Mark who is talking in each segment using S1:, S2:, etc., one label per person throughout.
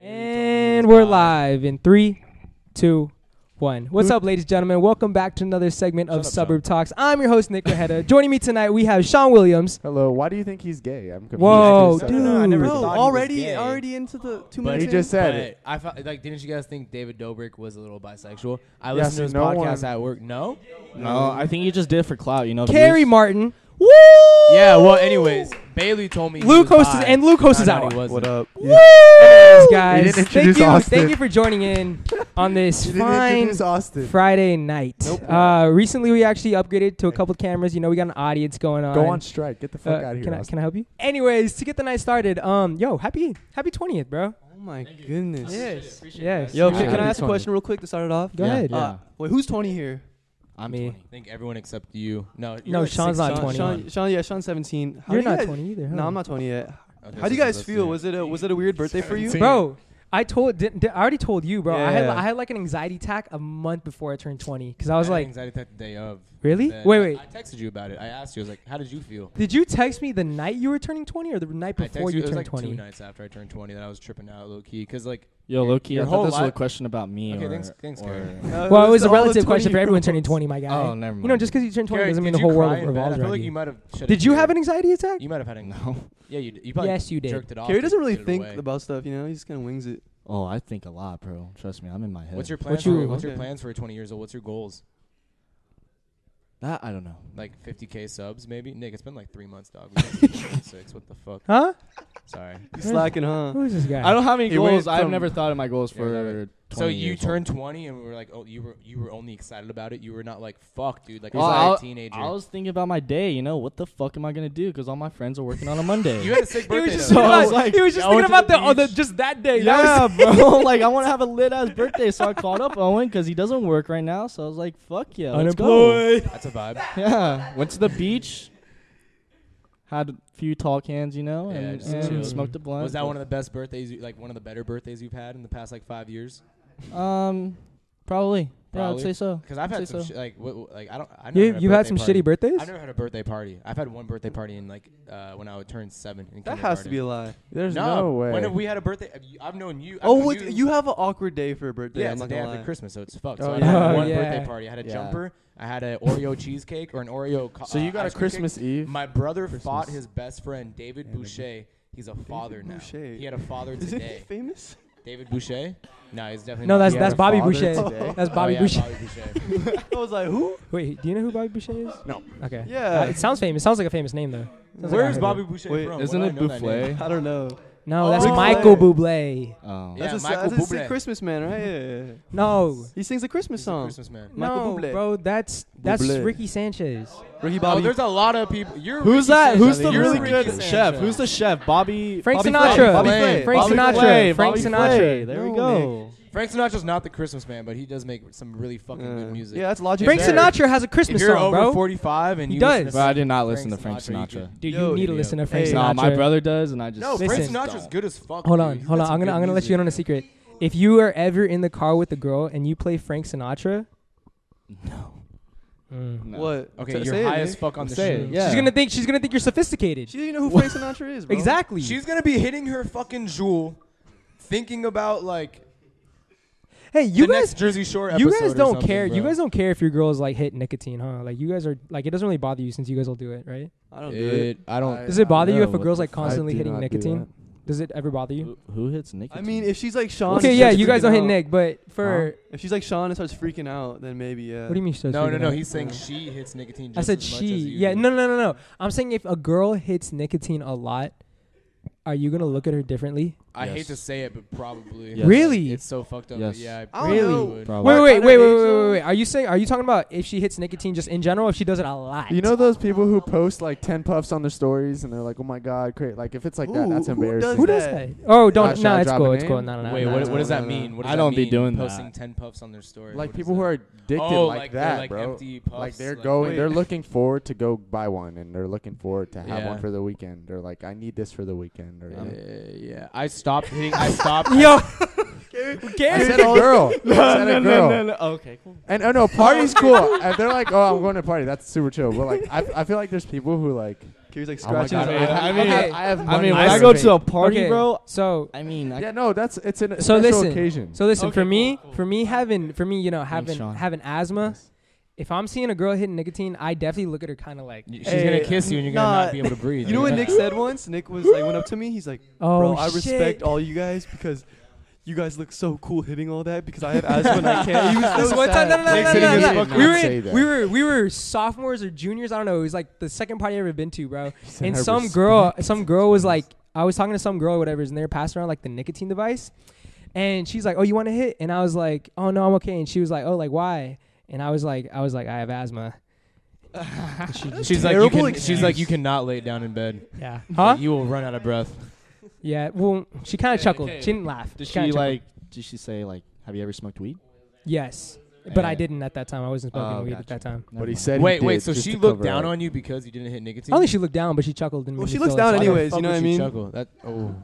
S1: And we're live in three, two, one. What's
S2: Hmm?
S1: up, ladies and gentlemen? Welcome back to another segment of Suburb Talks. I'm your host, Nick Reheta. Joining me tonight, we have Sean Williams.
S2: Hello. Why do you think he's gay? I'm confused.
S1: Whoa,
S2: He
S3: Oh,
S2: just said
S1: dude.
S2: that.
S3: No, I never
S1: Bro,
S3: thought he was
S4: already
S3: gay.
S4: already into the two
S3: But
S2: But he
S4: minutes.
S2: just said
S3: But
S2: it.
S3: I felt like didn't you guys think David Dobrik was a little bisexual? I
S2: Yeah,
S3: listened
S2: see,
S3: to his
S2: no
S3: podcast
S2: one-
S3: at work. No.
S5: No, I think he just did it for clout. You know,
S1: Carrie
S5: views.
S1: Martin.
S3: Woo! Yeah. Well, anyways, Bailey told me. he
S1: Luke
S3: was
S1: Hostes-
S3: bi.
S1: and Luke Hostes
S3: Found out
S1: out.
S3: He wasn't.
S2: What up?
S1: Yes,
S2: He
S1: guys.
S2: didn't
S1: Thank
S2: introduce
S1: you.
S2: Austin.
S1: Thank you for joining in on this
S2: He didn't
S1: fine
S2: introduce Austin.
S1: Friday night.
S2: Nope.
S1: Uh, recently, we actually upgraded to a couple cameras. You know, we got an audience going on.
S2: Go on strike. Get the
S1: Uh,
S2: fuck out of here.
S1: can, I,
S2: Austin.
S1: can I help you? Anyways, to get the night started, um, yo, happy happy 20th, bro.
S4: Oh my goodness.
S1: Yes. Yes.
S4: Yo,
S5: Yeah.
S4: shit, can I
S5: Yeah.
S4: ask a question real quick to start it off?
S1: Go ahead.
S5: Yeah.
S4: Uh, wait, who's 20 here?
S5: I'm
S1: Me.
S5: 20.
S3: I think everyone except you. No. you're
S1: No,
S3: like
S1: Sean's not
S4: Sean,
S1: 20.
S4: Sean, Sean, yeah, Sean's 17. How
S1: You're
S4: do you
S1: not
S4: guys-
S1: 20 either. huh?
S4: No, I'm not 20 yet.
S3: Okay,
S4: How do you
S3: so
S4: guys
S3: that's
S4: feel?
S3: it.
S4: Was it a was it a weird birthday for you?
S1: Bro, I told did, did- I already told you, bro. I had
S4: Yeah.
S1: I had like an anxiety attack a month before I turned 20 cuz I was
S3: had
S1: like,
S3: anxiety attack the day of.
S1: Really?
S3: Then
S1: Wait,
S3: I-
S1: wait.
S3: I texted you about it. I asked you. I was like, "How did you feel?"
S1: did you text me the night you were turning 20 or the night
S3: I
S1: before
S3: texted
S1: you
S3: it was
S1: turned
S3: like
S1: 20?
S3: two nights after I turned 20 that I was tripping out low key because like
S5: Yo, Loki,
S3: Your
S5: I thought
S3: whole
S5: this was a
S3: life-
S5: question about me.
S3: Okay,
S5: or-
S3: thanks- thanks,
S5: or-
S3: Gary.
S4: Uh,
S1: Well, it was a
S4: to all the
S1: relative question for
S4: 20
S1: everyone
S4: -year-olds.
S1: turning 20, my guy.
S5: Oh, never
S1: You know,
S5: mind.
S1: just cuz you turned 20
S3: Gary,
S1: doesn't mean
S3: did
S1: the whole
S3: you
S1: world
S3: cry in bed?
S1: revolves
S3: I feel
S1: around
S3: like you
S1: you.
S3: might have. shed a
S1: Did you
S3: tear.
S1: have an anxiety attack?
S3: You might have had an.
S5: No.
S3: Yeah, you. d- You probably
S1: Yes, you did.
S3: Jerked it off.
S4: Gary
S3: and
S4: doesn't really
S3: put it
S4: think
S3: away.
S4: about stuff, you know? He just kind of wings it.
S5: Oh, I think a lot, bro. Trust me, I'm in my head.
S3: What's your
S1: What
S3: plans?
S1: you-
S3: for, what's your
S4: okay.
S3: plans for 20 years old? What's your goals?
S5: That I don't know.
S3: Like 50k subs, maybe. Nick, it's been like three months, dog. We got to 26. What the fuck?
S1: Huh?
S3: Sorry.
S4: You slacking, huh?
S1: Who is this guy?
S5: I don't have any
S2: It went
S5: goals. I've
S2: from-
S5: never thought of my goals
S3: Yeah, I got
S5: for. 20
S3: So you
S5: years old.
S3: turned 20, and we were like, oh, you were you were only excited about it. You were not like, fuck, dude. Like, I
S5: Well,
S3: was like
S5: I'll-
S3: a teenager.
S5: I was thinking about my day. You know, what the fuck am I gonna do? Because all my friends are working on a Monday.
S3: you had a sick
S1: he was
S3: birthday.
S1: just,
S3: though.
S5: I
S1: about,
S5: was like,
S1: he was just
S5: I
S1: thinking
S5: went to
S1: about
S5: the
S1: the, oh, the
S5: beach.
S1: just that day. That was-
S5: yeah, bro. Like I want to have a lit ass birthday, so I called up Owen because he doesn't work right now. So I was like, "Fuck yeah, let's go."
S3: That's a vibe.
S5: Yeah, went to the beach, had a few tall cans, you know,
S3: Yeah,
S5: and,
S3: just
S5: and
S3: chilled.
S5: smoked a blunt.
S3: Was that one of the best birthdays? You, like one of the better birthdays you've had in the past like five years?
S5: the? Um, probably. Yeah, I'd
S3: Probably.
S5: say so.
S3: Because I've had
S5: Say
S3: some
S5: so.
S3: shi- like what, what- like I don't. I never
S1: You
S3: a
S1: you've had
S3: birthday
S1: some
S3: party.
S1: shitty birthdays?
S3: I've never had a birthday party. I've had one birthday party in like uh, when I turned seven. In
S4: That has to be
S3: kindergarten.
S4: a lie.
S2: There's
S3: no,
S2: no, way.
S3: When have we had a birthday? Have you- I've known you. I've
S4: Oh,
S3: known
S4: wait, you have an awkward day for a birthday.
S3: Yeah,
S4: I'm
S3: it's the
S4: not
S3: day
S4: gonna
S3: after
S4: lie.
S3: Christmas, so it's fucked.
S2: Oh,
S3: so
S2: yeah.
S3: I had
S1: Oh,
S3: one
S1: yeah.
S3: birthday party. I had a
S5: Yeah.
S3: jumper. I had an Oreo cheesecake or an Oreo. Co-
S2: so
S3: uh,
S2: you got a
S3: ice cream cake.
S2: Christmas Eve.
S3: My brother fought
S2: Christmas.
S3: his best friend David Boucher. He's a father now.
S4: Boucher.
S3: He had a father
S4: Isn't he
S3: today.
S4: famous?
S3: David Boucher? No, he's definitely.
S1: No,
S3: not.
S1: that's
S2: You
S3: He
S2: had
S1: that's
S2: a
S3: had
S1: Bobby
S2: father
S1: Boucher.
S2: today?
S1: That's
S3: a-
S1: Bobby
S3: oh, yeah,
S1: Boucher.
S3: Bobby Boucher.
S4: I was like, who?
S1: Wait, do you know who Bobby Boucher is?
S2: No.
S1: Okay.
S4: Yeah.
S1: Uh, it sounds famous. Sounds like a famous name though. Sounds like I
S3: Where is
S1: heard
S3: Bobby
S1: it.
S3: Boucher
S4: Wait,
S3: from?
S5: Isn't
S3: Why
S5: it
S3: do I know that name?
S5: Buffet?
S4: I don't know.
S1: No, that's
S4: Oh.
S1: Michael Bublé.
S5: Oh.
S3: Yeah,
S4: that's a,
S3: Michael
S4: that's a sick
S3: Bublé.
S4: Christmas man, right? Yeah, yeah, yeah.
S1: No.
S4: He sings a Christmas
S3: He's a
S4: song.
S3: Christmas man.
S4: Michael
S1: no,
S4: Bublé.
S1: bro, that's that's
S4: Bublé.
S1: Ricky Sanchez.
S4: Ricky
S3: Oh,
S4: Bobby.
S3: there's a lot of people. You're
S5: Who's
S3: Ricky
S5: that?
S3: Sanchez.
S5: Who's the
S3: You're
S5: really
S3: Ricky
S5: good
S3: Sanchez.
S5: chef? Who's the chef? Bobby.
S1: Frank
S5: Bobby
S1: Sinatra.
S5: Flay. Bobby
S4: Bobby
S5: Flay.
S1: Frank
S5: Bobby
S1: Sinatra.
S5: Flay.
S1: Frank
S5: Bobby
S1: Sinatra.
S5: Flay. There we
S4: No,
S5: go.
S3: Frank Sinatra's not the Christmas man, but he does make some really fucking
S4: Uh,
S3: good music.
S4: Yeah, that's logic.
S1: Frank
S3: there.
S1: Sinatra has a Christmas
S3: if you're
S1: song,
S3: over
S1: bro.
S3: 45 and
S1: He
S3: you
S1: does.
S3: listen to
S5: Bro, I did not listen to Frank
S3: you
S5: Sinatra.
S3: could-
S1: Dude,
S4: Yo,
S1: you need to
S3: idiot.
S1: listen to Frank
S4: Hey,
S5: Nah,
S1: Sinatra.
S5: my brother does, and I just
S3: No,
S1: Frank
S3: Frank
S1: Listen.
S3: Sinatra's good as fuck.
S1: Hold on, hold on. I'm gonna I'm gonna let you in on a secret. If you are ever in the car with a girl and you play Frank Sinatra, no.
S5: No.
S4: What?
S3: Okay,
S4: Say-
S3: you're
S4: say it,
S3: high as
S4: Nick.
S3: fuck on the
S5: Say it,
S3: shit.
S5: yeah.
S1: She's gonna think she's gonna think you're sophisticated.
S4: She didn't even know who Frank Sinatra is, bro.
S1: exactly.
S3: She's gonna be hitting her fucking jewel, thinking about like
S1: hey, you
S3: the
S1: guys,
S3: next Jersey Shore episode.
S1: you guys
S3: or
S1: don't
S3: something,
S1: care. You
S3: bro.
S1: guys don't care if your girls like hit nicotine, huh? Like you guys are like it doesn't really bother you since you guys will do it, right?
S4: I don't do it.
S3: It, I don't.
S1: Does it bother you
S5: know,
S1: if a
S5: what
S1: girl's
S5: the
S1: like
S5: fuck? I
S1: constantly
S2: do
S1: hitting
S2: not do
S1: nicotine? Does it ever bother you?
S3: Uh,
S5: Who, who hits Nick?
S4: I mean, if she's like Sean,
S1: okay,
S4: she
S1: yeah,
S4: starts
S1: you guys
S4: freaking
S1: don't hit
S4: out.
S1: Nick, but for
S4: If she's like Sean and starts freaking out, then maybe yeah.
S1: what do you mean? she starts
S3: No, no,
S1: freaking
S3: no.
S1: out?
S3: He's saying she hits nicotine. Just
S1: I said
S3: as much
S1: she.
S3: as you
S1: Yeah,
S3: do.
S1: no, no, no, no. I'm saying if a girl hits nicotine a lot, are you gonna look at her differently?
S3: I hate
S5: Yes.
S3: to say it, but probably.
S5: Yes.
S1: Really?
S3: It's so fucked up.
S5: Yes.
S3: Yeah.
S4: I don't
S3: probably
S4: know.
S3: would.
S5: Probably.
S1: Wait, wait, wait,
S4: Underage
S1: wait, wait, wait,
S4: though?
S1: wait. Are you saying? Are you talking about if she hits nicotine just in general? If she does it a lot?
S2: You know those people who post like ten puffs on their stories and they're like, "Oh my god, great!" Like if it's like that,
S4: Ooh,
S2: that's
S4: who does
S2: embarrassing.
S1: who does that? Oh, don't.
S2: should
S1: Nah,
S2: I
S1: it's
S2: drop
S1: cool.
S2: a
S1: It's cool.
S2: name?
S1: No, no, no.
S3: Wait,
S1: no,
S3: what,
S1: no,
S3: what does
S1: no.
S3: that
S4: no.
S3: mean? What does
S5: I
S3: that
S5: don't be
S3: mean,
S5: doing
S3: posting
S5: that.
S3: ten puffs on their story.
S2: Like
S3: What is
S2: people who
S3: that?
S2: are addicted
S3: Oh,
S2: like,
S3: like they're,
S2: that,
S3: like,
S2: bro.
S3: empty puffs,
S2: like they're
S3: like-
S2: going,
S4: Wait.
S2: they're looking forward to go buy one, and they're looking forward to have
S3: Yeah.
S2: one for the weekend. They're like, "I need this for the weekend." Or
S3: Uh, yeah, I stopped hitting. I stopped.
S1: Yo,
S2: I said a girl. I said a girl.
S5: Okay, cool.
S2: And oh no, party's cool. If they're like, "Oh, I'm going to party," that's super chill. But like, I, I feel like there's people who like,
S4: He's like
S2: "Oh my
S4: scratching
S2: god,
S4: his
S2: I,
S4: head.
S2: I,
S1: mean-
S2: have, I have
S5: I
S2: money
S5: mean, when
S2: in
S5: I
S2: my
S5: go
S2: bank."
S5: to a party,
S1: Okay,
S5: bro,
S1: So
S5: I mean, I
S2: yeah, no, that's it's an
S1: so
S2: special
S1: listen.
S2: occasion.
S1: So listen.
S5: Okay,
S1: for
S5: cool,
S1: me,
S5: cool.
S1: for me having, for me, you know, having
S5: Sean.
S1: having asthma. If I'm seeing a girl hitting nicotine, I definitely look at her kind of like,
S3: She's
S4: Hey,
S3: gonna kiss you, and you're gonna
S4: nah.
S3: not be able to breathe.
S4: You know what
S3: Yeah.
S4: Nick said once? Nick was like went up to me. He's like,
S1: "Oh
S4: "Bro, I
S1: shit."
S4: respect all you guys because you guys look so cool hitting all that because I have asthma and I can't." He was so
S1: This one time,
S4: sad.
S1: no, no, no,
S4: Nick
S1: no,
S4: said he
S1: no,
S4: was
S1: no,
S4: fucking-
S1: no.
S2: fucking
S1: We
S2: not
S1: were
S2: say that.
S1: we were we were sophomores or juniors. I don't know. It was like the second party I ever been to, bro.
S2: said,
S1: And
S2: "I
S1: some girl, some girl was like, I was talking to some girl, or whatever, and they were passing around like the nicotine device, and she's like, "Oh, you want to hit?" And I was like, "Oh no, I'm okay." And she was like, "Oh, like why?" And I was like, "I was like, I have asthma." And she just-
S3: She's like, you
S4: Terrible
S3: can, she's
S4: excuse.
S3: like, you cannot lay down in bed.
S1: yeah, huh?
S3: You will run out of breath.
S1: Yeah. Well, she kind of
S5: Okay,
S1: chuckled.
S5: okay.
S1: She didn't laugh.
S5: did
S1: kinda
S5: she
S1: chuckled.
S5: like? Did she say like, "Have you ever smoked weed"?
S1: Yes, but I
S5: Yeah.
S1: didn't at that time. I wasn't smoking
S5: Oh,
S1: weed at
S5: gotcha.
S1: that time.
S2: But he said, he
S3: Wait, wait.
S2: did
S3: So
S2: just
S3: she
S2: to
S3: looked
S2: cover
S3: down
S2: up.
S3: on you because you didn't hit nicotine.
S1: I don't think she looked down, but she chuckled. And
S4: Well,
S1: made
S4: she
S1: me
S4: looks
S1: feel
S4: down
S1: inside.
S3: Why the
S4: anyways,
S3: fuck
S4: you know
S3: would
S4: what I
S3: she
S4: mean?
S3: chuckle? That oh,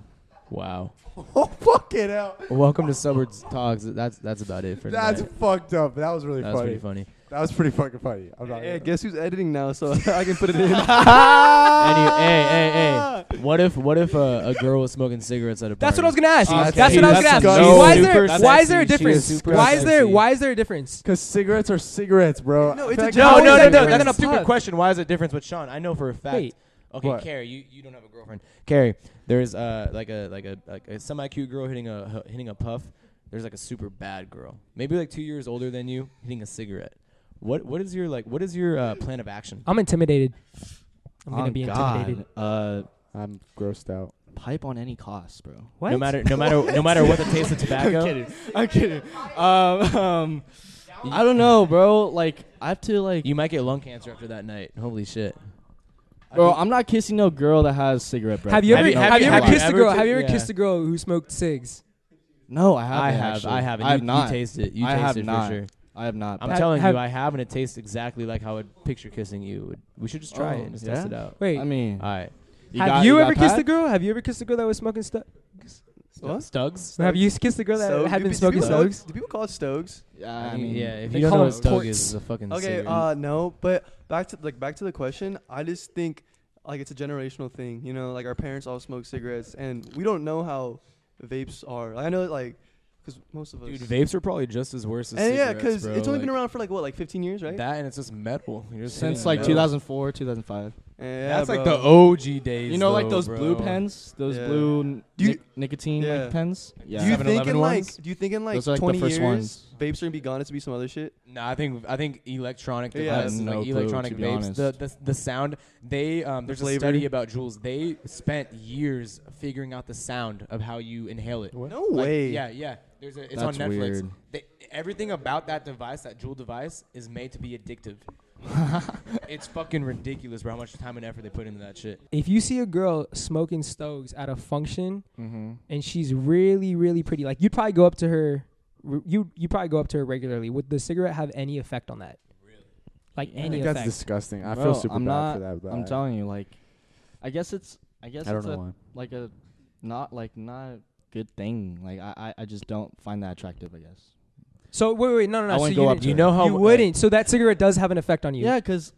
S3: wow.
S2: Oh fuck it out.
S3: Welcome to Suburb Talks. That's that's about it for
S2: That's fucked up. That was really
S3: That was
S2: funny.
S3: pretty funny.
S2: That was pretty fucking funny. I'm not.
S4: Hey,
S2: gonna-
S4: guess who's editing now? So I can put it in.
S3: Any, hey, hey, hey. What if what if a, a girl was smoking cigarettes at a party?
S1: That's what I was gonna ask.
S3: Okay.
S1: That's what I was
S2: That's
S1: gonna ask.
S2: disgusting.
S1: Why is there why is
S3: Super
S1: there a
S3: sexy. She
S1: difference?
S3: is super
S1: why is there
S3: sexy.
S1: why is there a difference?
S2: Cause cigarettes are cigarettes, bro.
S4: No,
S2: I
S4: it's
S2: feel like
S4: a
S3: Oh,
S2: that's
S4: joke.
S1: No, no, no, no,
S2: different.
S1: that's
S3: That's
S1: not
S3: a stupid
S1: pub.
S3: question. Why is it different? But Sean, I know for a fact.
S1: Wait.
S3: Okay,
S2: What?
S3: Carrie, you, you don't have a girlfriend. Carrie, there's uh like a like a like a semi cute girl hitting a hitting a puff. There's like a super bad girl, maybe like two years older than you, hitting a cigarette. What what is your like what is your uh, plan of action?
S1: I'm intimidated. I'm
S5: Oh,
S1: gonna be
S5: God.
S1: intimidated.
S5: Uh,
S2: I'm grossed out.
S5: pipe on any cost, bro.
S1: What?
S3: No matter no matter no matter what the taste of tobacco.
S5: I'm kidding. I'm kidding. Um, um, I don't know, bro. Like, I have to like,
S3: You might get lung cancer after that night. Holy shit!
S5: bro. I'm not kissing no girl that has cigarette breath.
S1: have you
S5: I
S1: ever
S5: don't
S1: have,
S5: know
S3: have
S1: you
S5: if
S1: ever
S5: I
S3: you
S1: kissed a
S3: ever
S1: girl?
S3: t-
S1: have you ever
S3: yeah.
S1: kissed a girl who smoked cigs?
S5: No, I haven't.
S3: I have,
S5: actually.
S3: I haven't.
S5: I have
S3: you,
S5: not.
S3: You taste it. You
S5: I
S3: taste
S5: have
S3: it
S5: not.
S3: for sure.
S5: I have not.
S3: I'm
S1: Ha-
S3: telling
S1: have-
S3: you, I have, and it tastes exactly like how I would picture kissing you. would. We should just try it and just test
S5: yeah?
S3: it out.
S1: Wait,
S5: I mean,
S3: All right.
S1: have
S5: got-
S1: you,
S5: got
S1: ever kissed
S5: Pat?
S1: a girl? Have you ever kissed a girl that was smoking stuff?
S4: What?
S3: Stugs?
S1: Have you kissed a girl that
S4: Stogs?
S1: had
S4: Do
S1: been
S4: pe- do
S1: smoking
S4: people call-
S1: stugs?
S4: Do people call it Stogs?
S5: Yeah,
S3: I
S5: I
S3: mean,
S5: mean,
S3: yeah. If
S1: they
S3: you don't
S1: call
S3: know
S1: it
S3: what stug is,
S1: torts.
S3: it's a fucking
S4: Okay,
S3: cigarette.
S4: uh, no, but back to like back to the question. I just think like it's a generational thing, you know. Like our parents all smoke cigarettes, and we don't know how vapes are. Like, I know, like, because most of us.
S3: dude, vapes are probably just as worse as
S4: and yeah,
S3: cigarettes,
S4: because
S3: bro.
S4: it's only been
S3: Like,
S4: around for like what, like 15 years, right?
S3: That and it's just metal. You're just
S5: since
S3: hitting
S5: like
S3: metal.
S5: 2004, 2005.
S4: Yeah,
S3: That's like the
S4: bro.
S3: OG days.
S5: You know, like
S3: though,
S5: those
S3: bro.
S5: blue pens, those
S4: Yeah.
S5: blue n-
S4: Do you-
S5: nic- nicotine
S4: Yeah.
S5: like pens. Yeah,
S4: Do you
S3: 7-Eleven
S4: think in
S3: ones?
S4: like? Do you think in like,
S5: Those are, like, the
S4: 20
S5: first
S4: years,
S5: ones.
S4: vapes are gonna be gone? It's gonna be some other shit.
S3: No, I think I think electronic
S4: Yeah. I have
S3: devices,
S5: no
S3: like
S5: clue,
S3: electronic
S5: to be
S3: vapes,
S5: honest.
S3: the, the the sound. They um, there's a
S4: flavor.
S3: study about Jules. They spent years figuring out the sound of how you inhale it.
S4: No
S3: Like,
S4: way.
S3: yeah, yeah. There's a, it's
S5: That's
S3: on Netflix.
S5: weird.
S3: They, everything about that device, that jewel device, is made to be addictive. it's fucking ridiculous, bro. How much time and effort they put into that shit.
S1: If you see a girl smoking stoves at a function
S2: Mm-hmm.
S1: and she's really really pretty, like you'd probably go up to her, you you probably go up to her regularly. Would the cigarette have any effect on that? Like
S5: Yeah. I
S2: I
S1: any
S2: think
S1: effect?
S2: that's disgusting. I
S5: Bro,
S2: feel super
S5: I'm
S2: bad
S5: not-
S2: for that. But
S5: I'm
S2: I-
S5: telling you, like, I guess it's, I guess
S2: I don't
S5: it's
S2: know
S5: a,
S2: why.
S5: like a, not like not a good thing. Like, I, I, I just don't find that attractive. I guess.
S1: So wait, wait, no, no, no.
S5: I
S1: so
S5: wouldn't
S1: you
S5: go up
S1: didn't-
S5: to
S3: You
S5: her.
S3: know how
S1: you wouldn't. So that cigarette does have an effect on you.
S5: Yeah, because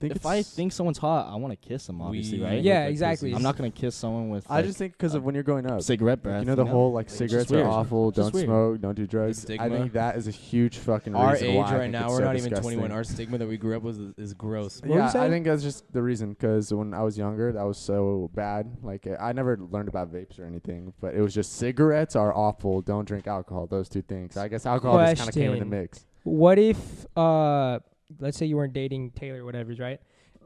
S2: Think
S5: if I
S2: it's-
S5: think someone's hot, I want to kiss them, obviously,
S3: We-
S5: right?
S1: Yeah, exactly.
S5: I'm not gonna kiss someone with.
S2: I
S5: like,
S2: just think because of when you're growing up,
S5: cigarette breath.
S2: you know the whole like
S5: It's just
S2: cigarettes are
S5: weird.
S2: awful.
S5: It's just
S2: Don't
S5: weird.
S2: smoke. Don't do drugs. I
S3: stigma.
S2: think that is a huge fucking
S3: Our
S2: reason
S3: age
S2: why I
S3: right
S2: think
S3: now,
S2: it's
S3: we're
S2: so
S3: not even
S2: disgusting.
S3: 21. Our stigma that we grew up with is, is gross.
S1: What were you
S2: yeah, I
S1: saying?
S2: think that's just the reason. Because when I was younger, that was so bad. Like I I never learned about vapes or anything, but it was just cigarettes are awful. Don't drink alcohol. Those two things. I guess alcohol just kind of came in the
S1: Question.
S2: mix.
S1: What if, uh, let's say you weren't dating Taylor, whatever's right,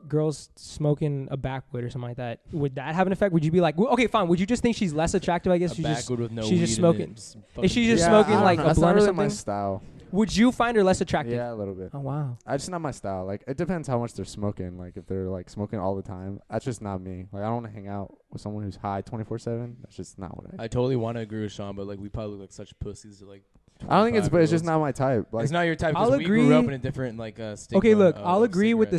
S1: girls smoking a backwood or something like that, would that have an effect? Would you be like, well, okay, fine? Would you just think she's less attractive? I guess she's just.
S3: with no
S1: she's just
S3: weed in it,
S1: smoking-
S3: just
S1: If she's
S3: fucking
S1: just
S2: Yeah,
S1: smoking
S2: I don't
S1: like
S2: know.
S1: a
S2: That's not
S1: blunt or
S2: really my
S1: something,
S2: style.
S1: would you find her less attractive?
S2: Yeah, a little bit.
S1: Oh wow.
S2: That's just not my style. Like it depends how much they're smoking. Like if they're like smoking all the time, that's just not me. Like I don't want to hang out with someone who's high twenty four seven. That's just not what I.
S3: I totally want to agree with Sean, but like we probably look like such pussies. Like
S2: I don't think it's, but it's just
S3: 25-year-olds.
S2: not my type. Like
S3: it's not your type.
S1: I'll
S3: Because we grew up
S1: agree-
S3: in a different like uh, stigma.
S1: Okay, look,
S3: of,
S1: I'll
S3: like,
S1: agree with the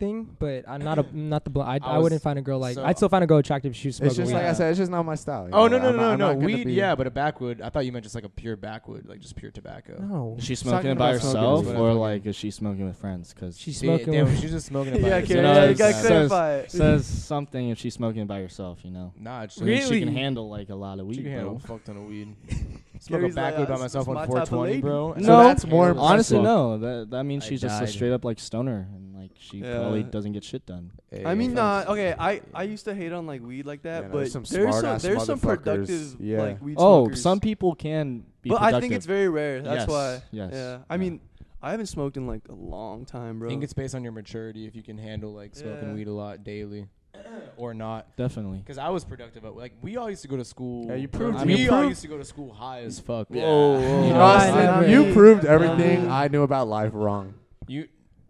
S1: cigarette thing, but I'm not a not the blunt. I,
S3: I
S1: I, wouldn't
S3: was-
S1: find a girl like.
S3: so-
S1: I'd still find a girl attractive if she was smoking.
S2: It's just
S1: weed.
S2: like I
S3: Yeah.
S2: said. It's just not my style. you
S3: Oh
S2: know?
S3: no no
S2: I'm not-
S3: no no
S2: I'm
S3: no
S2: not gonna
S3: weed
S2: be-
S3: yeah, but a backwood. I thought you meant just like a pure backwood, like just pure tobacco.
S1: no.
S5: Is she
S2: Talking
S5: smoking it by
S2: about smoking
S5: herself,
S3: is what
S5: or
S3: I'm
S5: like is she smoking with friends? Because she
S1: She's
S3: Da-
S1: smoking.
S3: damn,
S1: with-
S3: she's just smoking.
S4: Yeah,
S3: about
S4: okay,
S3: it.
S4: yeah, you gotta
S5: says-
S4: clarify it.
S5: says something if she's smoking it by herself, you know.
S3: Nah, it's
S5: I mean, She can
S1: Really?
S5: handle like a lot of
S3: She
S5: weed,
S3: can handle
S5: bro.
S3: a fuck ton of weed. Smoke a
S4: Gary's like,
S3: backwood
S4: uh,
S3: by myself
S4: it's
S3: on
S4: my type of
S3: 420,
S4: lady.
S3: bro.
S4: No.
S2: So that's more
S3: Handle it.
S5: Honestly,
S2: Fuck.
S5: no. That that means
S3: I
S5: she's just a
S3: died.
S5: straight up like stoner, and like she
S4: Yeah.
S5: probably doesn't get shit done.
S3: Hey,
S4: I mean,
S3: offense.
S4: nah. Okay, I, I used to hate on like weed like that,
S2: Yeah, no,
S4: but
S2: there's
S4: there's
S2: some
S4: some there's some,
S2: smart-ass motherfuckers.
S4: productive
S2: Yeah.
S4: like weed
S5: Oh,
S4: smokers.
S5: some people can be.
S4: But I think
S5: productive.
S4: it's very rare. That's
S5: Yes,
S4: why.
S5: yes,
S4: Yeah. I
S5: yeah.
S4: mean, I haven't smoked in like a long time,
S3: I
S4: bro.
S3: think it's based on your maturity if you can handle like smoking
S4: Yeah.
S3: weed a lot daily or not.
S5: definitely.
S3: Because I was productive, but like we all used to go to school.
S2: Yeah, you proved
S3: we
S5: it. You
S3: all
S5: proved-
S3: used to go to school high as fuck.
S4: Whoa,
S3: Yeah.
S4: whoa,
S2: You,
S4: whoa.
S2: know,
S1: I
S2: Austin,
S1: never-
S2: you proved everything
S4: Um,
S2: I knew about life wrong.
S3: You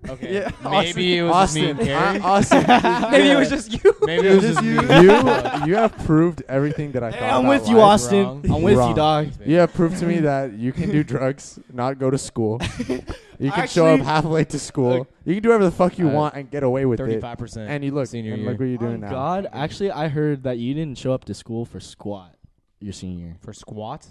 S3: okay?
S4: Yeah,
S3: Maybe it was just me
S2: Austin,
S3: and Carrie.
S2: I- Austin,
S1: Maybe it was just you.
S3: Maybe it was just me.
S2: you, you have proved everything that I thought.
S5: I'm
S2: about
S5: with you,
S2: life.
S5: Austin.
S3: wrong.
S5: I'm with
S2: Wrong.
S5: you, dog.
S2: You have proved to me that you can do drugs, not go to school. You can show up
S5: Actually-
S2: halfway to school.
S3: Look.
S2: you can do whatever the fuck you
S3: Uh,
S2: want and get away with it.
S3: Thirty-five percent.
S2: And you look,
S3: senior
S2: and
S3: year.
S2: look what you're doing
S5: Oh,
S2: now.
S5: God, actually, I heard that you didn't show up to school for squat your senior.
S3: for squat.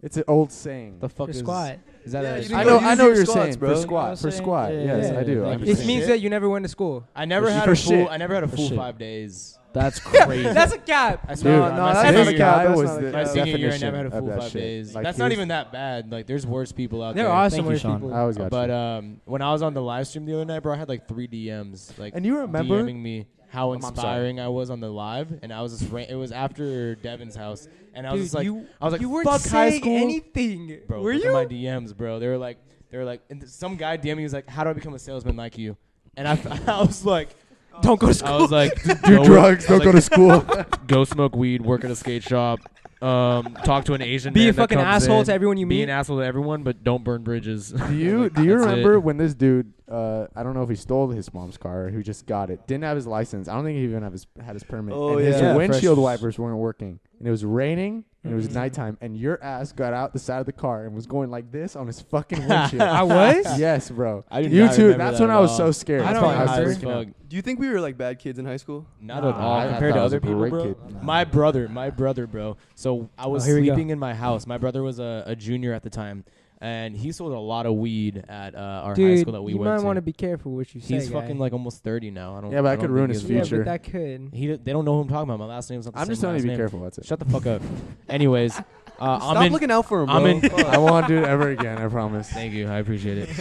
S2: It's an old saying.
S3: The fuck
S1: Your
S3: is
S1: squat.
S3: Is that
S4: Yeah, you
S3: a,
S4: didn't
S2: I
S4: go
S2: know,
S4: use
S2: I know
S4: your
S2: what you're
S4: squats,
S2: saying.
S4: bro.
S2: For squat, for
S5: Understand?
S2: squat.
S5: Yeah,
S2: yes,
S5: yeah,
S2: I do.
S5: yeah.
S2: I
S5: It
S1: It
S2: understand.
S1: means that you never went to school.
S3: I never
S2: For
S3: had a full.
S2: shit.
S3: I never had a
S5: For
S3: full
S5: shit.
S3: five days.
S5: That's crazy.
S1: That's a cap.
S3: I
S2: Dude,
S3: swear to God,
S4: no,
S3: my
S4: that's
S3: senior
S4: not a
S2: this
S3: year-
S4: cap.
S2: guy
S4: That's
S2: was
S4: not a
S2: the uh,
S4: cap.
S3: My senior year, I never had a
S2: definition
S3: full
S2: of that
S3: five
S2: shit.
S3: days.
S2: Like,
S3: That's not
S2: he was-
S3: even that bad. Like, there's worse people out
S1: There
S3: there.
S1: are
S5: Thank
S1: some
S5: you,
S1: weird
S5: Sean.
S1: people.
S2: I always got
S3: But
S2: you.
S3: um, when I was on the live stream the other night, bro, I had like three DMs, like
S2: And you remember-
S3: DMing me how
S2: I'm sorry.
S3: inspiring I was on the live, and I was just ran- it was after Devin's house, and I was
S1: Dude,
S3: just like,
S1: you,
S3: I was like,
S1: you weren't
S3: fuck high
S1: saying
S3: school,
S1: anything.
S3: bro.
S1: Were
S3: look at
S1: you?
S3: my DMs, bro? They were like, they were like, and th- some guy DM me was like, how do I become a salesman like you? And I, I was like,
S1: Don't go to school.
S3: I was like,
S2: do drugs, don't go to school.
S3: go smoke weed, work at a skate shop, um, talk to an Asian,
S1: Be a
S3: man that
S1: fucking
S3: comes
S1: asshole
S3: in,
S1: to everyone you
S3: be
S1: meet.
S3: an asshole to everyone, but don't burn bridges.
S2: Do you do you remember when this dude? Uh, I don't know if he stole his mom's car or who just got it. Didn't have his license. I don't think he even have his had his permit.
S4: Oh,
S2: and his
S4: yeah. Yeah,
S2: windshield
S5: fresh.
S2: wipers weren't working, and it was raining, and it was
S1: Mhm.
S2: nighttime, and your ass got out the side of the car and was going like this on his fucking windshield.
S1: I was?
S2: yes, bro.
S5: I do
S2: you
S5: not
S2: too.
S5: remember
S2: That's
S5: that
S2: when
S5: at
S2: I was
S5: all.
S2: so scared.
S1: I
S2: That's
S1: don't
S2: why I was
S1: remember.
S2: freaking out.
S4: Do you think we were like bad kids in high school?
S3: Not
S1: Nah,
S3: at all
S1: I
S3: compared
S2: thought
S3: to
S2: I was
S3: other
S2: a
S3: people,
S2: great
S3: bro.
S2: kid.
S3: My brother, my brother, bro. So I was
S1: Oh, here we go.
S3: sleeping in my house. My brother was a, a junior at the time, and he sold a lot of weed at uh, our
S1: Dude,
S3: high school that we
S1: you
S3: went
S1: might
S3: to.
S1: want to be careful what you say.
S3: He's
S1: guy.
S3: fucking like almost thirty now. I don't.
S2: Yeah, but
S3: I
S2: that could
S3: don't
S2: ruin
S3: think
S2: his
S3: he
S1: yeah,
S3: is-
S2: future.
S1: but that could.
S3: He they don't know who I'm talking about. My last name's not the
S2: I'm
S3: same.
S2: just telling you,
S3: last
S2: be
S3: name.
S2: careful. That's it.
S3: Shut the fuck up. Anyways, uh,
S4: Stop
S3: I'm in.
S4: looking out for him, bro.
S3: I'm in-
S4: Fuck.
S2: I won't do it ever again. I promise.
S3: Thank you. I appreciate it.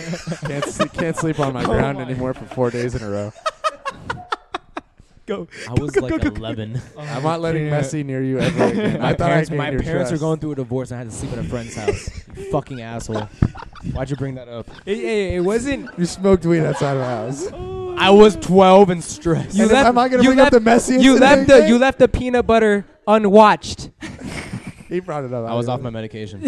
S2: Can't s- can't sleep on my ground anymore for four days in a row.
S3: I was like 11.
S2: I'm not letting
S3: Yeah.
S2: Messi near you ever again. I
S3: my
S2: thought
S3: parents,
S2: I gained
S3: my
S2: your
S3: parents are
S2: trust.
S3: going through a divorce, and I had to sleep at a friend's house. Fucking asshole. Why'd you bring that up?
S1: It, it, it wasn't.
S2: You smoked weed outside of the house.
S3: I was 12 and stressed.
S1: You
S2: And
S1: left-
S2: am I gonna
S1: you
S2: bring
S1: left-
S2: up the messy?
S1: You
S2: incident
S1: left the
S2: thing?
S1: you left the peanut butter unwatched.
S2: He brought it up.
S3: I was off my medication.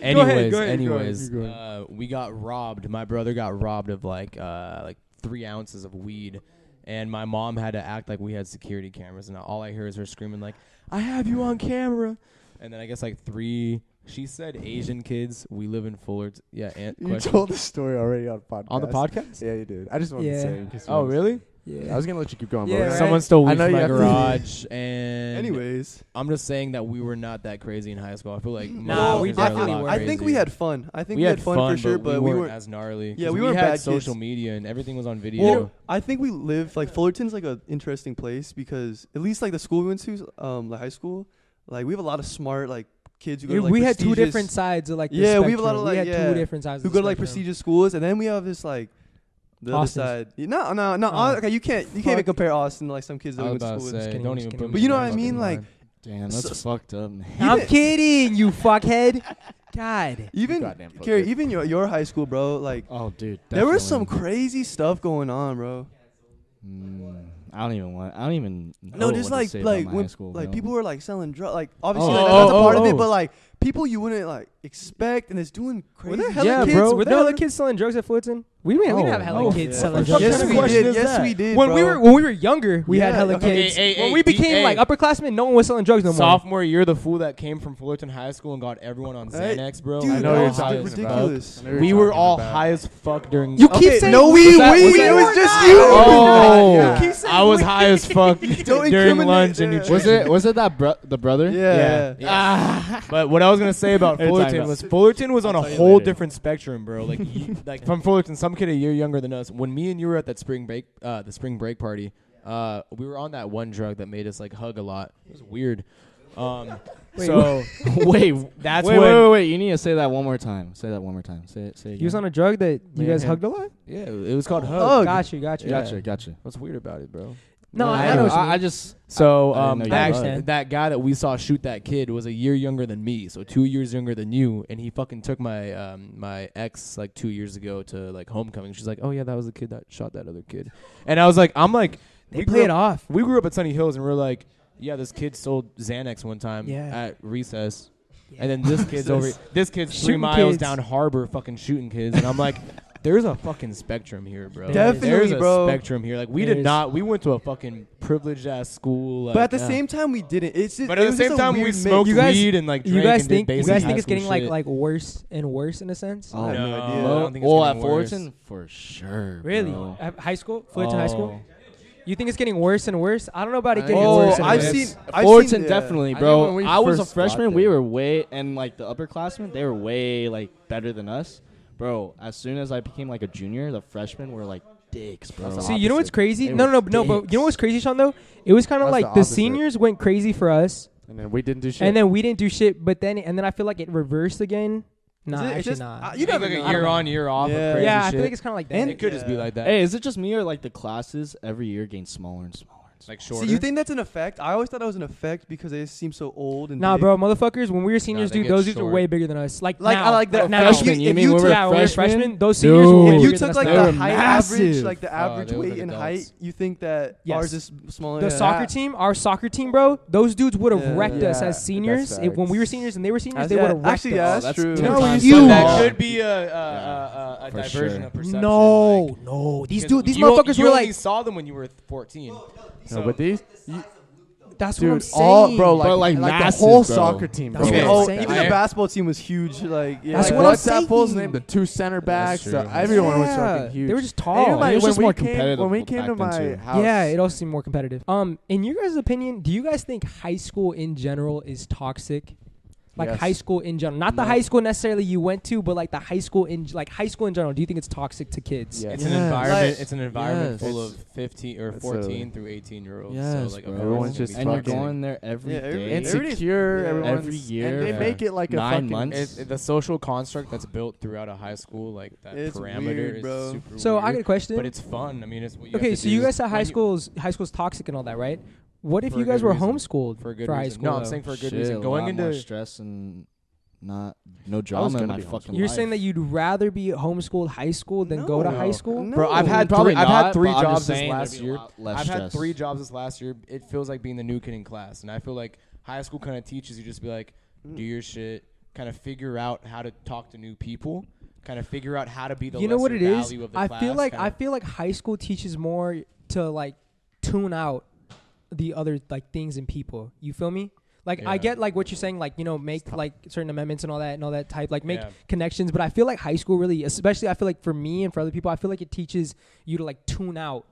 S3: anyways,
S1: go ahead,
S3: anyways,
S2: go ahead.
S3: Uh, we got robbed. My brother got robbed of like uh, like three ounces of weed, and my mom had to act like we had security cameras, and all I hear is her screaming like, "I have you on camera!" And then I guess like three. She said Asian kids. We live in Fullerton. Yeah, aunt.
S2: You
S3: question.
S2: told the story already on podcast.
S3: on the podcast.
S2: Yeah, you did. I just wanted
S1: Yeah.
S2: to say. in case you
S3: Oh
S2: wanted to-
S3: really?
S1: Yeah.
S2: I was gonna let you keep going,
S1: Yeah,
S2: but
S1: right.
S3: Someone stole
S2: I
S3: weed
S2: know
S3: from
S2: you
S3: my
S2: have to-
S3: garage, and
S4: Anyways,
S3: I'm just saying that we were not that crazy in high school. I feel like
S1: Nah, we
S3: motherfuckers are a
S1: definitely
S3: lot
S1: were.
S4: I think we
S3: crazier.
S4: had fun. I think we, had, fun, for sure, but we weren't.
S3: as gnarly.
S4: Yeah,
S3: 'Cause
S4: we weren't
S3: had
S4: bad
S3: social
S4: kids.
S3: media and everything was on video.
S4: Well, I think we lived like Fullerton's like a interesting place because at least like the school we went to, um, the high school, like we have a lot of smart like kids who go
S1: You-
S4: to like
S1: we had two
S4: prestigious-
S1: different sides of like the
S4: Yeah, we have a
S1: spectrum.
S4: lot of,
S1: we
S4: like,
S1: had
S4: yeah,
S1: two different sides
S4: who
S1: of the
S4: go to like
S1: spectrum.
S4: prestigious schools, and then we have this like the
S1: Austin's.
S4: other side. No, no, no. Au-
S1: Oh.
S4: okay, you can't you
S1: Fuck.
S4: can't even compare Austin to like some kids that
S3: I
S4: we
S3: was
S4: went to
S3: about
S4: school
S3: to
S4: with.
S3: say,
S1: kidding,
S3: don't
S1: just
S3: even
S1: kidding.
S3: put
S4: But
S3: me
S4: you
S3: in
S4: know
S3: that
S4: what I
S3: fucking
S4: mean? Like,
S3: line.
S5: Damn, that's
S4: So-
S5: fucked up, man.
S1: I'm kidding, you fuckhead. God.
S4: Even
S2: Goddamn fuck
S4: Gary,
S2: it.
S4: even your your high school, bro. Like
S5: Oh, dude.
S4: there was some crazy stuff going on, bro.
S5: Mm, I don't even want. I don't even. Know
S4: No,
S5: what
S4: just
S5: to
S4: like
S5: say about
S4: like
S5: my
S4: when,
S5: high school,
S4: like
S5: bro.
S4: people were like selling drugs. Like obviously
S5: Oh,
S4: like,
S5: oh,
S4: that's a
S5: oh,
S4: part of it,
S5: oh.
S4: but like people you wouldn't like expect, and it's doing crazy.
S1: Were there hella kids? Were there
S4: No,
S1: hella kids selling drugs at Fullerton? We didn't. we didn't have
S5: Oh,
S1: hella
S5: no.
S1: kids
S4: Yeah.
S1: selling
S5: Yes,
S1: drugs.
S4: Yes,
S5: What
S4: we
S5: kind of
S4: did.
S5: question is
S4: Yes,
S5: that?
S4: we did.
S1: when we
S4: bro.
S1: were when we were younger, we had
S4: Yeah,
S1: hella
S4: okay,
S1: kids.
S3: hey, hey,
S1: when we
S3: hey,
S1: became
S3: hey.
S1: like upperclassmen, no one was selling drugs no more.
S3: Sophomore year, the fool that came from Fullerton High School and got everyone on
S4: Hey,
S3: Xanax, bro.
S4: dude,
S3: I
S4: that
S3: know you're
S4: was
S3: high as fuck.
S4: ridiculous.
S2: I know you're
S3: We were
S2: talking
S3: all
S2: about.
S3: high as fuck during.
S1: You
S4: Okay,
S1: keep saying
S4: no, we
S1: Was
S4: we,
S1: that- was
S4: we
S1: that-
S4: it was just you.
S3: Oh,
S2: Yeah.
S4: You keep saying
S3: I was
S4: we.
S3: high as fuck
S4: Don't
S3: during
S4: incriminate
S3: lunch and
S4: the-
S3: nutrition.
S4: Was
S6: Was it was it that bro- the brother?
S4: Yeah.
S3: Yeah. But what I was gonna say about
S5: Every time
S3: Fullerton
S5: now.
S3: was Fullerton was on a
S5: tell you
S3: whole
S5: later.
S3: different spectrum, bro. Like, you, like from Fullerton, some kid a year younger than us. When me and you were at that spring break, uh, the spring break party, uh, we were on that one drug that made us like hug a lot. It was weird. Um, so
S5: wait,
S3: that's
S5: wait,
S3: when
S5: wait, wait, wait. You need to say that one more time. Say that one more time. Say it. Say it.
S1: He was
S5: again.
S1: on a drug that you
S5: Man,
S1: guys
S5: him.
S1: hugged a lot.
S3: yeah, it was called hug.
S4: Hug.
S1: Got you, got you.
S5: Gotcha, gotcha.
S3: What's weird about it, bro?
S1: No,
S5: I,
S1: I know. what you
S5: I,
S1: mean.
S5: I just.
S3: So
S5: I
S3: um,
S5: didn't know you
S3: that,
S1: hugged.
S3: that guy that we saw shoot that kid was a year younger than me, so two years younger than you, and he fucking took my um, my ex like two years ago to like homecoming. She's like, "Oh yeah, that was the kid that shot that other kid," and I was like, "I'm like,
S1: They
S3: we
S1: play
S3: grew
S1: it
S3: up,
S1: off.
S3: We grew up at Sunny Hills, and we are like, yeah, this kid sold Xanax one time
S1: Yeah.
S3: at recess." And then this kid's over. This kid's three
S1: Shooting
S3: miles
S1: kids.
S3: down harbor, fucking shooting kids, and I'm like, "There's a fucking spectrum here, bro.
S4: Definitely,
S3: There's a
S4: bro.
S3: spectrum here. Like, we
S1: There
S3: did
S1: is.
S3: not. We went to a fucking privileged ass school. Like,
S4: But at the
S3: yeah.
S4: same time, we didn't. It's just,
S3: But at
S4: it
S3: the
S4: was
S3: same
S4: just a
S3: time, we
S4: weird mix.
S3: smoked
S1: You guys-
S3: weed and like drank
S1: You guys
S3: and did
S1: think you
S3: basic
S1: guys
S3: high
S1: think it's
S3: school
S1: getting like
S3: shit.
S1: like worse and worse in a sense?
S5: Oh,
S4: I have no
S3: No,
S4: idea.
S3: I
S5: well,
S3: don't think it's
S5: well,
S3: getting
S5: at
S3: worse.
S5: Fullerton, for sure.
S1: Really?
S5: bro.
S1: At High school, Fullerton High School.
S5: Oh.
S1: You think it's getting worse and worse? I don't know about it
S2: I
S1: getting
S2: think it's
S1: worse.
S4: Oh,
S1: and
S4: I've
S1: worse.
S4: seen. I've
S5: Fullerton
S4: seen, yeah.
S5: definitely,
S2: I
S5: bro.
S2: think when we
S5: I, was a
S2: first got
S5: freshman. We
S2: there-
S5: were way and like the upperclassmen, they were way like better than us, bro. As soon as I became like a junior, the freshmen were like dicks, bro.
S2: That's
S1: See, you know what's
S2: opposite.
S1: crazy?
S5: They
S1: No,
S5: were
S1: no, no, no. But
S5: dicks.
S1: you know what's crazy, Sean? Though it was kind of
S2: That's
S1: like
S2: the
S1: the,
S2: opposite.
S1: seniors went crazy for us,
S2: And then we didn't do shit.
S1: and then we didn't do shit. But then, and then I feel like it reversed again.
S4: Is
S1: Nah,
S4: it- it's
S1: actually
S4: just-
S1: not.
S4: I- You
S3: Like,
S4: never
S3: like
S4: know.
S3: a year on, year off.
S4: Yeah.
S3: Of crazy
S1: yeah, I
S3: shit.
S1: feel like it's kind of like that.
S4: And
S3: it could just be like that.
S5: Hey, is it just me or like the classes every year gain smaller and smaller? And smaller?
S3: like shorter.
S4: See, you think that's an effect? I always thought that was an effect because they just seem so old and.
S1: nah,
S4: big.
S1: bro, motherfuckers. When we were seniors,
S3: they
S1: dude,
S3: get
S1: those dudes were
S3: short.
S1: way bigger than us. Like,
S4: Like,
S1: now,
S4: I like that.
S1: now,
S4: if
S5: freshmen,
S4: You,
S5: you
S4: if
S5: mean when we
S4: took,
S5: were
S1: yeah, when we were
S5: freshmen?
S1: freshmen, those seniors were
S5: Dude.
S1: way
S4: If
S1: bigger
S4: you
S1: than
S4: took
S1: us
S4: like
S1: now.
S4: the
S5: They were
S4: height average,
S5: massive.
S4: like the
S3: Oh,
S4: average
S3: they look
S4: weight
S3: like
S4: and height,
S3: adults.
S4: you think that
S1: Yes.
S4: ours is smaller?
S1: The
S4: yeah.
S1: soccer team, our soccer team, bro, those dudes would have
S4: Yeah.
S1: wrecked us
S2: Yeah,
S1: as seniors.
S2: that's
S1: If- when we were
S2: facts.
S1: seniors and they were seniors,
S4: That's-
S1: they
S4: yeah,
S1: would have wrecked
S4: actually,
S1: us.
S4: yeah,
S5: Oh,
S4: that's,
S5: that's
S4: true.
S5: ten
S1: No,
S5: times
S1: you-
S5: so
S3: that
S5: long.
S3: could be a, a, a, a, a
S5: For
S3: diversion
S5: sure.
S3: of perception.
S1: no,
S3: like,
S1: no, these
S3: 'cause
S1: dude, these
S3: you o-
S1: motherfuckers
S3: you
S1: were
S3: only
S1: like.
S3: saw them when you were 14.
S2: no, but these,
S1: That's what I'm
S2: dude,
S1: saying.
S2: all bro, like,
S5: But, like,
S2: the
S5: massive,
S2: whole
S5: bro.
S2: soccer team, bro.
S1: That's
S4: Even,
S1: what I'm
S4: oh,
S1: saying.
S4: even
S3: I-
S4: the basketball team was huge. Like, yeah.
S1: That's
S2: Like,
S1: what I'm
S2: what's that fool's
S1: saying.
S2: name? The two center backs.
S3: true.
S2: the- everyone was
S1: Yeah,
S2: fucking huge.
S1: They were just
S2: And
S1: tall.
S2: everybody-
S5: It was
S2: when
S5: just
S2: we
S5: more
S2: came-
S5: competitive
S2: When we
S5: back
S2: came to
S5: then,
S2: my
S5: too.
S2: house,
S1: Yeah, it all seemed more competitive. Um, in your guys' opinion, do you guys think high school in general is toxic? Like
S2: Yes.
S1: high school in general, not the high school necessarily you went to, but like the high school in like high school in general. Do you think it's toxic to kids?
S2: Yes.
S3: It's an
S5: Yes.
S3: environment.
S4: Like-
S3: it's an environment
S5: Yes.
S3: full of 15 or
S2: It's a-
S3: 14 through 18 year olds.
S5: Yes,
S3: so like
S5: bro.
S3: of course
S2: Everyone's
S3: it's gonna
S2: just
S3: be
S5: and you're
S3: toxic.
S2: fucking-
S5: going there every
S4: Yeah, every-
S5: day.
S4: every-
S2: insecure.
S4: Yeah.
S2: everyone's-
S5: Every year
S2: and they
S3: for
S2: make it like
S5: nine
S2: a fucking,
S5: months.
S3: It's- the social construct that's built throughout a high school, like that
S4: It's
S3: parameter,
S4: weird,
S3: is
S4: bro.
S3: super
S1: So
S3: weird.
S1: I got a question.
S3: But it's fun. I mean, it's what you have
S1: okay,
S3: to
S1: so
S3: do
S1: you guys saw
S3: when
S1: high
S3: you-
S1: schools, high school's toxic and all that, right? What if
S3: For a
S1: you guys
S3: good
S1: were
S3: reason.
S1: homeschooled
S3: for a good
S1: high
S3: reason.
S1: school?
S3: No, I'm
S1: though?
S3: saying for a good
S5: Shit,
S3: reason.
S5: a
S3: Going
S5: lot more
S3: into
S5: stress and not no drama in
S2: gonna
S5: my
S2: be
S5: fucking.
S2: homeschooled.
S1: you're
S5: life.
S1: saying that you'd rather be homeschooled high school than go to
S4: No.
S1: high school?
S4: No.
S3: Bro, I've had
S5: No,
S3: probably
S5: probably
S3: I've had
S5: not,
S3: three
S5: but I'm just
S3: jobs this
S5: saying there'd
S3: last
S5: be a
S3: year.
S5: lot less
S3: I've had
S5: stress.
S3: three jobs this last year. It feels like being the new kid in class, and I feel like high school kind of teaches you just be like,
S1: Mm.
S3: do your shit, kind of figure out how to talk to new people, kind of figure out how to be the
S1: you know what it
S3: lesser
S1: is
S3: value of the
S1: i
S3: class,
S1: feel like
S3: kinda-
S1: i feel like high school teaches more to like tune out the other like things and people you feel me like i
S3: Yeah.
S1: get like what you're saying like you know make like certain amendments and all that and all that type like make
S3: Yeah.
S1: connections but i feel like high school really especially i feel like for me and for other people i feel like it teaches you to like tune out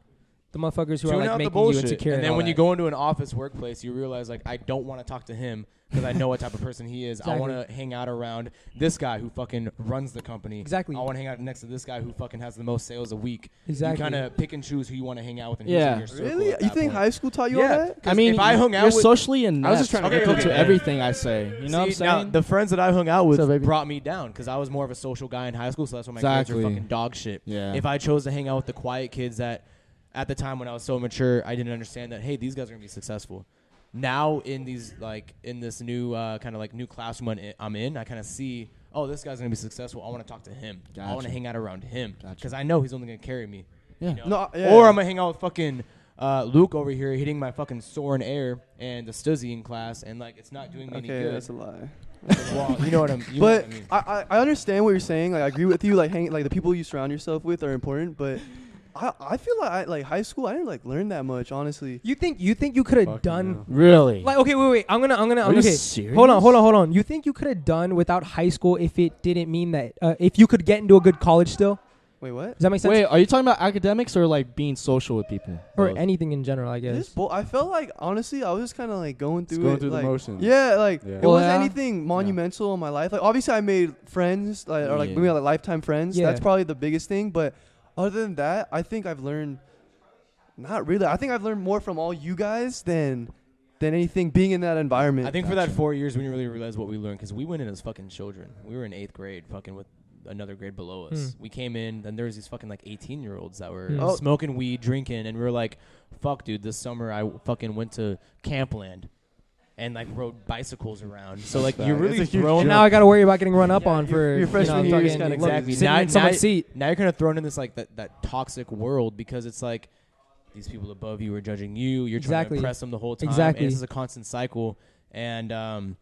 S1: the motherfuckers who
S3: Tune
S1: are like
S3: out the
S1: making you
S3: bullshit.
S1: insecure
S3: And then
S1: all
S3: when you
S1: that.
S3: go into an office workplace, you realize like I don't want to talk to him because I know what type of person he is. I want to hang out around this guy who fucking runs the company.
S1: Exactly.
S3: I want to hang out next to this guy who fucking has the most sales a week.
S1: Exactly.
S3: You kind of pick and choose who you want to hang out with. And Who's
S5: Yeah.
S3: in your circle
S4: Really? You
S3: at
S4: think
S3: that point.
S4: high school taught you
S3: yeah.
S4: all that?
S3: 'cause
S5: I mean,
S3: if I hung out
S5: you're
S3: with
S5: socially inept.
S2: I was just trying to
S3: Okay,
S5: to
S3: okay,
S5: to
S3: okay.
S5: everything I say. You know
S3: See,
S5: what I'm
S3: now,
S5: saying?
S3: the friends that I hung out with
S2: What's up, baby?
S3: brought me down because I was more of a social guy in high school, so that's why my kids
S5: Exactly.
S3: are fucking dog shit.
S5: Yeah.
S3: If I chose to hang out with the quiet kids that at the time when I was so mature, I didn't understand that, hey, these guys are gonna be successful. now in these like in this new uh, kind of like new classroom I'm in- I'm in, I kind of see, oh, this guy's gonna be successful. I want to talk to him. I want
S5: Gotcha.
S3: to hang out around him because
S5: Gotcha.
S3: I know he's only gonna carry me.
S5: Yeah.
S3: know?
S4: No, uh, yeah.
S3: Or I'm gonna hang out with fucking uh, Luke over here hitting my fucking Soren air and the Stuzzy in class, and like it's not doing me
S4: Okay,
S3: any
S4: that's a
S3: good.
S4: lie.
S3: Well, you know what I'm. You know what
S4: but
S3: I mean.
S4: I, I, I understand what you're saying. Like I agree with you. Like hang, like the people you surround yourself with are important. But I, I feel like I, like high school I didn't like learn that much honestly.
S1: You think you think you could have
S2: Fucking
S1: done
S2: hell.
S5: Really?
S1: Like okay, wait, wait. I'm gonna, I'm gonna.
S5: Are you
S1: okay.
S5: serious?
S1: Hold on, hold on, hold on. You think you could have done without high school if it didn't mean that? Uh, if you could get into a good college still,
S4: Wait, what?
S1: does that make sense?
S5: Wait, are you talking about academics or like being social with people?
S1: or
S5: Both.
S1: anything in general, I
S4: This
S1: guess.
S4: bull. I felt like honestly I was just kind of like going through
S2: Just going
S4: it,
S2: through the
S4: like-
S2: motions.
S4: Yeah, like
S2: Yeah.
S4: it
S5: Well,
S4: wasn't
S5: yeah.
S4: anything monumental in my life. Like obviously I made friends, like, or like
S5: Yeah.
S4: maybe like lifetime friends.
S1: Yeah.
S4: That's probably the biggest thing. But other than that, I think I've learned not really. I think I've learned more from all you guys than than anything being in that environment.
S3: I think for that four years, we didn't really realize what we learned because we went in as fucking children. We were in eighth grade, fucking with another grade below us. We came in, and there was these fucking like eighteen year olds that were
S1: Hmm.
S4: Oh.
S3: smoking weed, drinking, and we were like, "Fuck, dude, this summer I fucking went to Campland." And like rode bicycles around, so like you're
S2: It's
S3: really
S2: a huge
S3: thrown.
S1: And now I gotta worry about getting run up
S3: Yeah,
S1: on
S3: your-
S1: for
S4: your
S1: you
S4: freshman
S1: know,
S4: year is
S1: fucking
S4: kinda
S3: exactly.
S1: sitting
S3: Now,
S1: in someone's
S3: now-
S1: seat.
S3: now you're kind of thrown in this like that, that toxic world because it's like these people above you are judging you. You're trying
S1: Exactly.
S3: to impress them the whole time.
S1: Exactly.
S3: And this is a constant cycle, and um,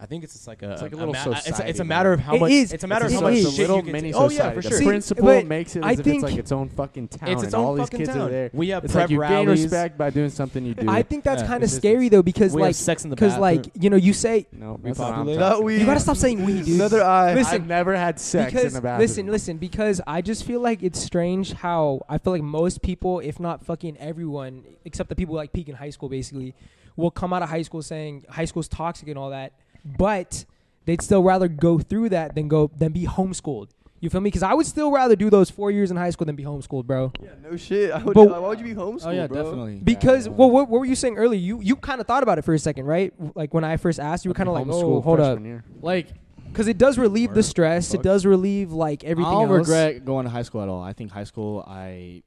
S3: I think it's just like a
S2: It's like a little
S3: ma- it's, a, it's
S2: society,
S3: a matter of how
S1: It
S3: much.
S1: is.
S3: It's a matter
S1: It's
S3: of
S1: a
S3: how
S1: soci-
S3: much shit
S1: it's a
S3: you
S2: little
S3: can
S2: mini
S3: take- Oh yeah,
S2: society.
S3: for
S2: The
S3: sure.
S1: See,
S2: principal
S1: but
S2: makes it
S1: I
S2: as if it's like
S1: think-
S2: its own fucking town.
S3: it's its
S2: and
S3: own
S2: all these
S3: fucking
S2: kids
S3: town.
S2: are there.
S3: We have
S2: it's
S3: prep
S2: like you gain
S3: rallies.
S2: respect by doing something you do.
S1: I think that's
S3: Yeah.
S1: kind of
S2: It's just-
S1: scary though because
S3: we have
S1: like
S3: sex in the
S1: because
S3: bathroom.
S1: like you know you say
S2: no,
S3: We
S2: that's not what I'm
S3: populate-
S2: talking
S4: That we-
S1: you gotta stop saying we, dude.
S4: another eye.
S2: about.
S1: Listen,
S2: I've never had sex
S1: because
S2: in the bathroom.
S1: listen, listen, because I just feel like it's strange how I feel like most people, if not fucking everyone, except the people who, like peak in high school, basically, will come out of high school saying high school's toxic and all that, but they'd still rather go through that than go than be homeschooled. You feel me? Because I would still rather do those four years in high school than be homeschooled, bro.
S4: yeah, no shit. I would,
S1: But-
S4: why would you be homeschooled,
S5: Oh yeah,
S4: bro?
S5: definitely.
S1: Because
S2: Yeah.
S1: well, what, what were you saying earlier? You you kind of thought about it for a second, right? Like when I first asked, you were kind of like, oh,
S2: Homeschool
S1: hold up,
S2: freshman year.
S5: Like
S1: because it does relieve the stress. It
S3: Fuck.
S1: does relieve like everything.
S5: I don't
S1: else.
S5: regret going to high school at all. I think high school I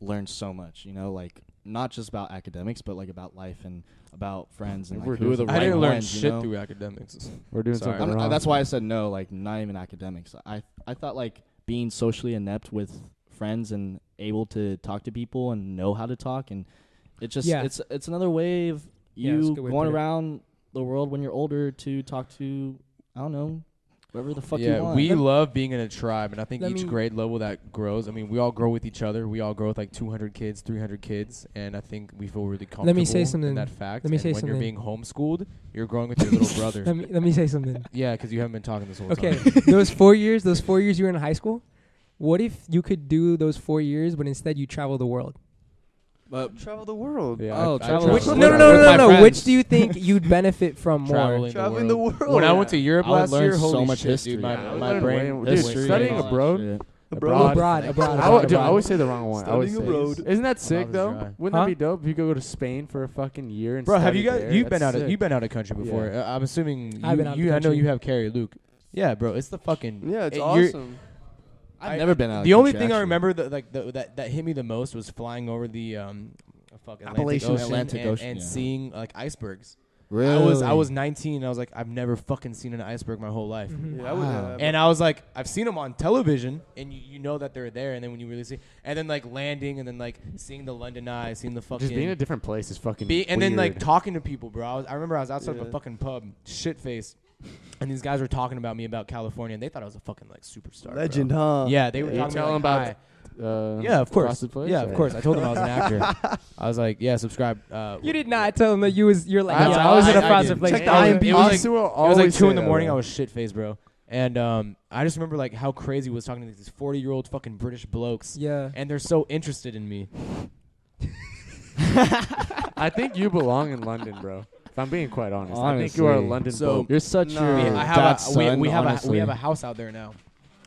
S5: learned so much, you know, like not just about academics, but like about life and about friends and
S2: Like,
S5: like,
S2: we're
S5: who are the
S2: doing
S5: right
S3: I didn't learn
S5: ones, you
S3: shit
S5: know?
S3: through academics.
S2: We're doing
S3: Sorry.
S2: something
S5: I'm- I-
S2: wrong.
S5: uh, that's why I said no, like not even academics. I I thought like being socially inept with friends and able to talk to people and know how to talk and it just
S1: Yeah.
S5: it's it's another way of
S1: Yeah, that's a
S5: you
S1: good way to
S5: going
S1: put it.
S5: around the world when you're older to talk to I don't know whoever the fuck
S3: yeah,
S5: you want.
S3: we love being in a tribe, and I think
S1: Let
S3: each
S1: me-
S3: grade level that grows. I mean, we all grow with each other. We all grow with like 200 kids, 300 kids, and I think we feel really comfortable.
S1: me say
S3: In
S1: something.
S3: that fact,
S1: Let me
S3: and
S1: say
S3: when you're
S1: something.
S3: being homeschooled, you're growing with your little brother.
S1: Let me let me say something.
S3: Yeah, because you haven't been talking this whole
S1: Okay,
S3: time.
S1: those four years, those four years you were in high school. What if you could do those four years, but instead you travel the world?
S5: but
S4: Travel the world.
S2: Yeah, I-
S5: Oh,
S2: I
S5: travel-
S2: traveled
S5: Which-
S2: a
S1: No,
S5: With
S1: no,
S2: lot.
S1: no,
S5: with
S1: no,
S5: my
S1: no.
S5: friends.
S1: Which do you think you'd benefit from more?
S3: Traveling,
S4: Traveling
S3: the,
S4: the
S3: world.
S4: world.
S3: When I went to Europe
S5: I would
S3: last
S5: learn
S3: year,
S5: so
S3: holy
S5: much
S3: shit,
S5: history,
S3: dude, my,
S5: yeah. I
S3: my
S2: learned
S3: brain,
S2: way- dude,
S3: history
S2: studying
S3: and all
S2: abroad-
S5: Shit.
S4: abroad.
S1: Abroad, abroad,
S2: I would-
S1: abroad.
S2: dude, I always say the wrong one. I always say.
S4: Studying abroad.
S2: Isn't that sick
S3: was
S2: though?
S3: dry.
S2: Wouldn't
S1: Huh?
S2: that be dope if you could go to Spain for a fucking year and
S3: Bro, have
S2: study
S3: you guys?
S2: there?
S3: You've been
S2: That's
S3: out of
S2: sick.
S3: you've been out of country before.
S2: Yeah.
S3: Uh, I'm assuming you,
S1: I've been out of
S3: you I know
S1: country.
S3: you have Carrie Luke. Yeah, bro, it's the fucking
S4: Yeah, it's
S3: it- you're-
S4: awesome.
S5: I've
S3: I-
S5: never been out. of
S3: The only
S5: country,
S3: thing I
S5: actually.
S3: remember that like the, that that hit me the most was flying over the um uh, fuck Atlantic
S4: Appalachian
S3: Ocean,
S5: Atlantic
S3: and,
S5: Ocean,
S3: and
S5: yeah.
S3: seeing like icebergs.
S5: Really?
S3: I was I was 19 and I was like I've never fucking seen an iceberg my whole life.
S4: Yeah, I would,
S5: Wow.
S4: yeah,
S3: And I was like, I've seen them on television, and you, you know that they're there. And then when you really see, and then like landing, and then like seeing the London Eye, seeing the fucking
S2: Just being in a different place is fucking.
S3: be, and then like
S2: weird.
S3: talking to people, bro. I, was, I remember I was outside of
S4: Yeah.
S3: a fucking pub, shit faced, and these guys were talking about me about California, and they thought I was a fucking like superstar, bro.
S4: legend, huh?
S3: Yeah, they were
S2: Uh, You
S3: talking
S2: tell them
S3: like,
S2: about
S3: hi.
S2: Uh,
S3: Yeah, of course.
S2: Frosted Flakes?
S3: Yeah, of course. I told them I was an actor. I was like, yeah, subscribe. Uh,
S1: You did not tell them that you was you're like
S2: I-
S1: yeah,
S2: I
S1: I was
S2: was-
S1: at a
S2: I- I
S1: Frosted
S3: did.
S1: Flakes.
S4: Check the
S1: I
S4: I-
S1: am-
S3: it was like-
S2: Asu will
S3: It was like
S2: always
S3: two in
S2: say
S3: the
S2: that,
S3: morning. I
S2: bro.
S3: was shit faced, bro. And um, I just remember like how crazy was talking to these forty year old fucking British blokes,
S1: Yeah.
S3: and they're so interested in me.
S2: I think you belong in London, bro. If I'm being quite honest, I think
S5: Honestly.
S2: you are a London
S3: So-
S2: boat.
S5: You're such
S4: No.
S2: Hmm.
S5: your
S4: Yeah,
S3: I
S5: dad's
S3: have a, we,
S5: son,
S3: we have a,
S5: honestly.
S3: we have a house out there now.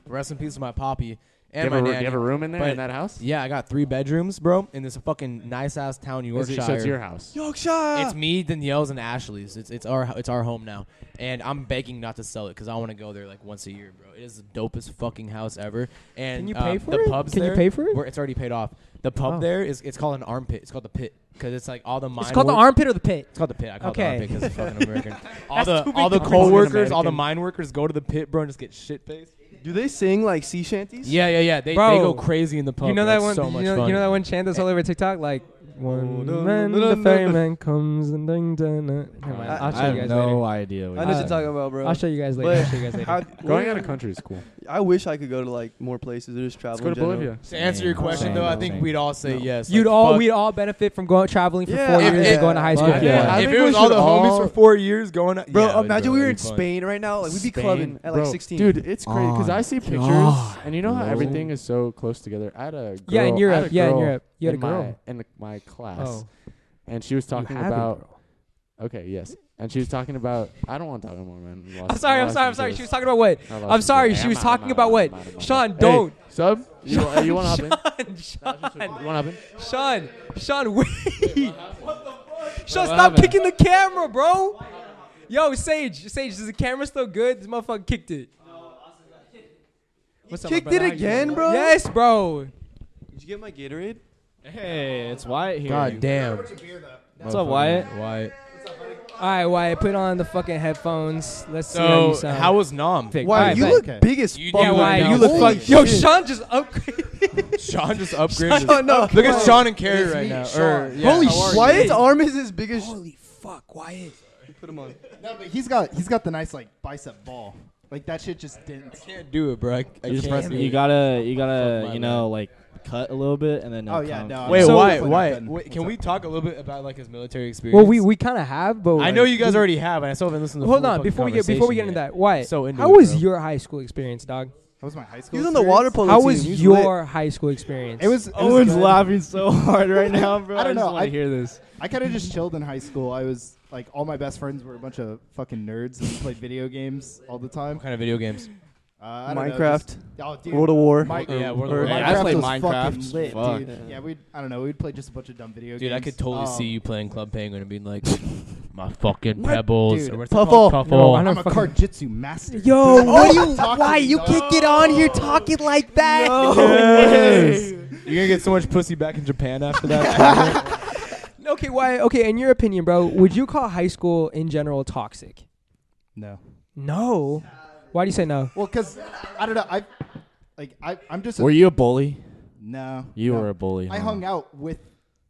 S3: Rest in peace to my poppy.
S2: Do you
S3: and
S2: have, a,
S3: my
S2: do you
S3: nanny.
S2: have a room in there in
S3: But-
S2: that house?
S3: Yeah, I got three bedrooms, bro, in this fucking nice ass town,
S2: Is it-
S3: Yorkshire.
S2: so it's your house.
S4: Yorkshire.
S1: Ah.
S3: It's me, Danielle's, and Ashley's. It's it's our it's our home now, and I'm begging not to sell it because I want to go there like once a year, bro. It is the dopest fucking house ever. And
S1: Can you
S3: uh,
S1: pay for
S3: the
S1: it?
S3: pubs
S1: Can you
S3: there-
S1: pay for it?
S3: we're- It's already paid off. The pub
S1: Oh.
S3: there is it's called an armpit. It's called the pit because it's like all the mine.
S1: It's called the
S3: work-
S1: armpit or the pit.
S3: It's called the pit. I call
S1: Okay.
S3: it the armpit because it's fucking American. all
S1: That's
S3: the
S1: too big
S3: all the
S1: to
S3: coal
S1: fucking
S3: workers, all the
S2: American.
S3: mine workers go to the pit, bro, and just get shit faced.
S4: Do they sing like sea shanties?
S3: Yeah, yeah, yeah. They,
S1: Bro.
S3: they go crazy in the pub.
S1: you know
S3: bro.
S1: that
S3: It's
S1: one.
S3: So
S1: you,
S3: much
S1: know,
S3: fun.
S1: you know that one chant that's all over TikTok, like
S4: Oh,
S1: one
S4: no,
S1: man,
S4: no, no,
S1: the
S4: no,
S1: ferryman comes and ding ding. ding." Never mind.
S5: I,
S1: I'll show
S5: I have
S1: you guys
S5: no
S1: later.
S5: idea.
S4: I
S5: What
S4: know
S5: you're
S4: what
S1: Uh,
S4: you're talking about, bro.
S1: I'll show you guys later. I'll
S4: But
S1: show you guys later.
S4: how-
S2: Going out of country is cool.
S4: I wish I could go to like more places or just travel.
S2: Let's go
S4: in
S2: to
S4: general.
S2: Bolivia.
S3: To answer your
S5: Same,
S3: question,
S5: same,
S3: though, I
S5: no,
S3: think
S5: same.
S3: we'd all say yes.
S1: You'd
S3: Like,
S1: all
S3: fuck-
S1: we'd all benefit from going traveling for
S4: Yeah,
S1: four
S4: I
S1: years
S4: think-
S1: and going to high
S5: Fuck
S1: school.
S5: yeah.
S1: together.
S5: I
S3: if
S2: think
S3: it
S2: we
S3: was all
S2: should
S3: the homies
S2: all-
S3: for four years going. Out,
S4: Bro,
S3: Yeah, it would,
S4: imagine
S3: bro,
S4: we were in
S3: it'd be fun.
S4: Spain right now. Like we'd be
S2: Spain,
S4: clubbing at like
S2: bro.
S4: 16.
S2: Dude, it's crazy because
S5: Oh,
S2: I see pictures,
S5: God.
S2: and you know how
S5: No.
S2: everything is so close together. I had a girl,
S1: Yeah, in
S2: I had
S1: Europe.
S2: a
S1: Yeah, in
S2: girl
S1: Europe. You had a
S2: in my-
S1: girl.
S2: in my class,
S1: Oh,
S2: and she was talking
S1: you have a
S2: about
S1: girl.
S2: okay, yes, and she was talking about I don't want to talk anymore, man. I lost-
S1: I'm sorry.
S2: I
S1: I'm
S2: lost
S1: sorry.
S2: my
S1: I'm sorry.
S2: place.
S1: She was talking about what?
S2: I lost
S1: I'm
S2: my place.
S1: sorry.
S2: Hey,
S1: She
S2: I'm
S1: was
S2: out,
S1: talking
S2: I'm out,
S1: about
S2: I'm
S1: what?
S2: out, I'm out.
S1: Sean,
S2: Hey,
S1: don't.
S2: sub. You, wa- you want to hop in?
S1: Sean,
S2: You want to hop in?
S1: Sean, Sean, wait. Sean,
S2: what
S1: stop
S2: happened?
S1: kicking the camera, bro. Yo, Sage, Sage, is the camera still good? This motherfucker kicked it. What's up, my
S4: kicked
S1: brother?
S4: it
S1: How you doing,
S4: again, bro?
S1: Yes, bro.
S4: Did you get my Gatorade?
S5: Hey, it's Wyatt here.
S3: God damn.
S5: What's up, Wyatt?
S3: Wyatt.
S1: All right, Wyatt, put on the fucking headphones. Let's see how you
S3: So
S1: sound.
S3: how was Nom?
S1: Thick.
S4: Why
S1: All right,
S4: you
S1: bet.
S4: look
S5: Okay.
S4: big as
S3: You-
S4: fuck
S1: Yeah,
S3: fucking
S1: Wyatt,
S3: down.
S1: you look
S3: Holy
S1: fucking. Yo,
S4: shit.
S1: Sean just upgraded.
S3: Sean just
S4: Sean,
S3: upgraded.
S4: oh, no,
S3: Look
S4: come
S3: at
S4: on.
S3: Sean and Carrie right now. Or, yeah,
S4: Holy
S3: how are
S4: shit!
S3: you?
S4: Wyatt's arm is as big as.
S1: Holy fuck, Wyatt.
S4: Put him on.
S6: No, but he's got he's got the nice like bicep ball. Like that shit just didn't.
S3: I can't do it, bro. I, I
S5: You just
S3: can't.
S5: press.
S3: do
S5: You
S3: it.
S5: gotta. You
S3: Fuck
S5: gotta.
S3: my
S5: You know, like cut a little bit and then. it'll
S6: Oh, yeah,
S5: come.
S6: no,
S3: Wait,
S1: So-
S3: Wyatt,
S6: What's
S3: Wyatt,
S6: up?
S3: wait, can we talk a little bit about like his military experience?
S1: Well, we we kind of have, but
S3: I
S1: like-
S3: know you guys already have, and I still haven't listened to. the
S1: Hold
S3: full
S1: on,
S3: fucking
S1: before we get before we get into
S3: conversation yet.
S1: that, Wyatt.
S3: So into
S1: how
S3: it,
S1: was
S3: bro.
S1: your high school experience, dog?
S6: That was my high school.
S4: He's on the water polo.
S1: How
S4: team.
S1: was
S4: He's lit.
S1: your high school experience?
S6: It was. It was
S5: Owen's
S6: good.
S5: laughing so hard right now, bro.
S6: I don't
S5: just
S6: know,
S5: wanna
S6: I-
S5: hear this.
S6: I kind of just chilled in high school. I was like, all my best friends were a bunch of fucking nerds and played video games all the time.
S3: What kind of video games?
S6: Uh, I don't know,
S4: Minecraft.
S6: just- oh, dude.
S4: World of War.
S6: Mi-
S3: Yeah,
S6: uh,
S3: World of War.
S6: Minecraft
S5: Yeah, I played
S6: was
S5: Minecraft.
S6: fucking lit,
S5: Fuck.
S6: dude. Yeah, we. I don't know. We'd play just a bunch of dumb video games.
S3: Dude, I could totally
S6: Um,
S3: see you playing Club Penguin and being like, my fucking pebbles.
S6: dude,
S3: or what's it called?
S4: Puffle.
S3: Puffle.
S1: No, I
S6: I'm a
S1: don't fucking.
S6: karjitsu master.
S1: Yo,
S4: Oh,
S1: what are you?
S6: Talking
S1: Why you
S6: dog.
S1: can't get on here talking like that?
S3: Yes. You're gonna get so much pussy back in Japan after that.
S1: Okay, why? Okay, in your opinion, bro, would you call high school in general toxic?
S6: No.
S1: No. Why do you say no?
S6: Well, because I don't know. I like I. I'm just. A,
S5: Were you a bully?
S6: no.
S5: You
S6: no.
S5: were a bully.
S6: I
S5: huh?
S6: hung out with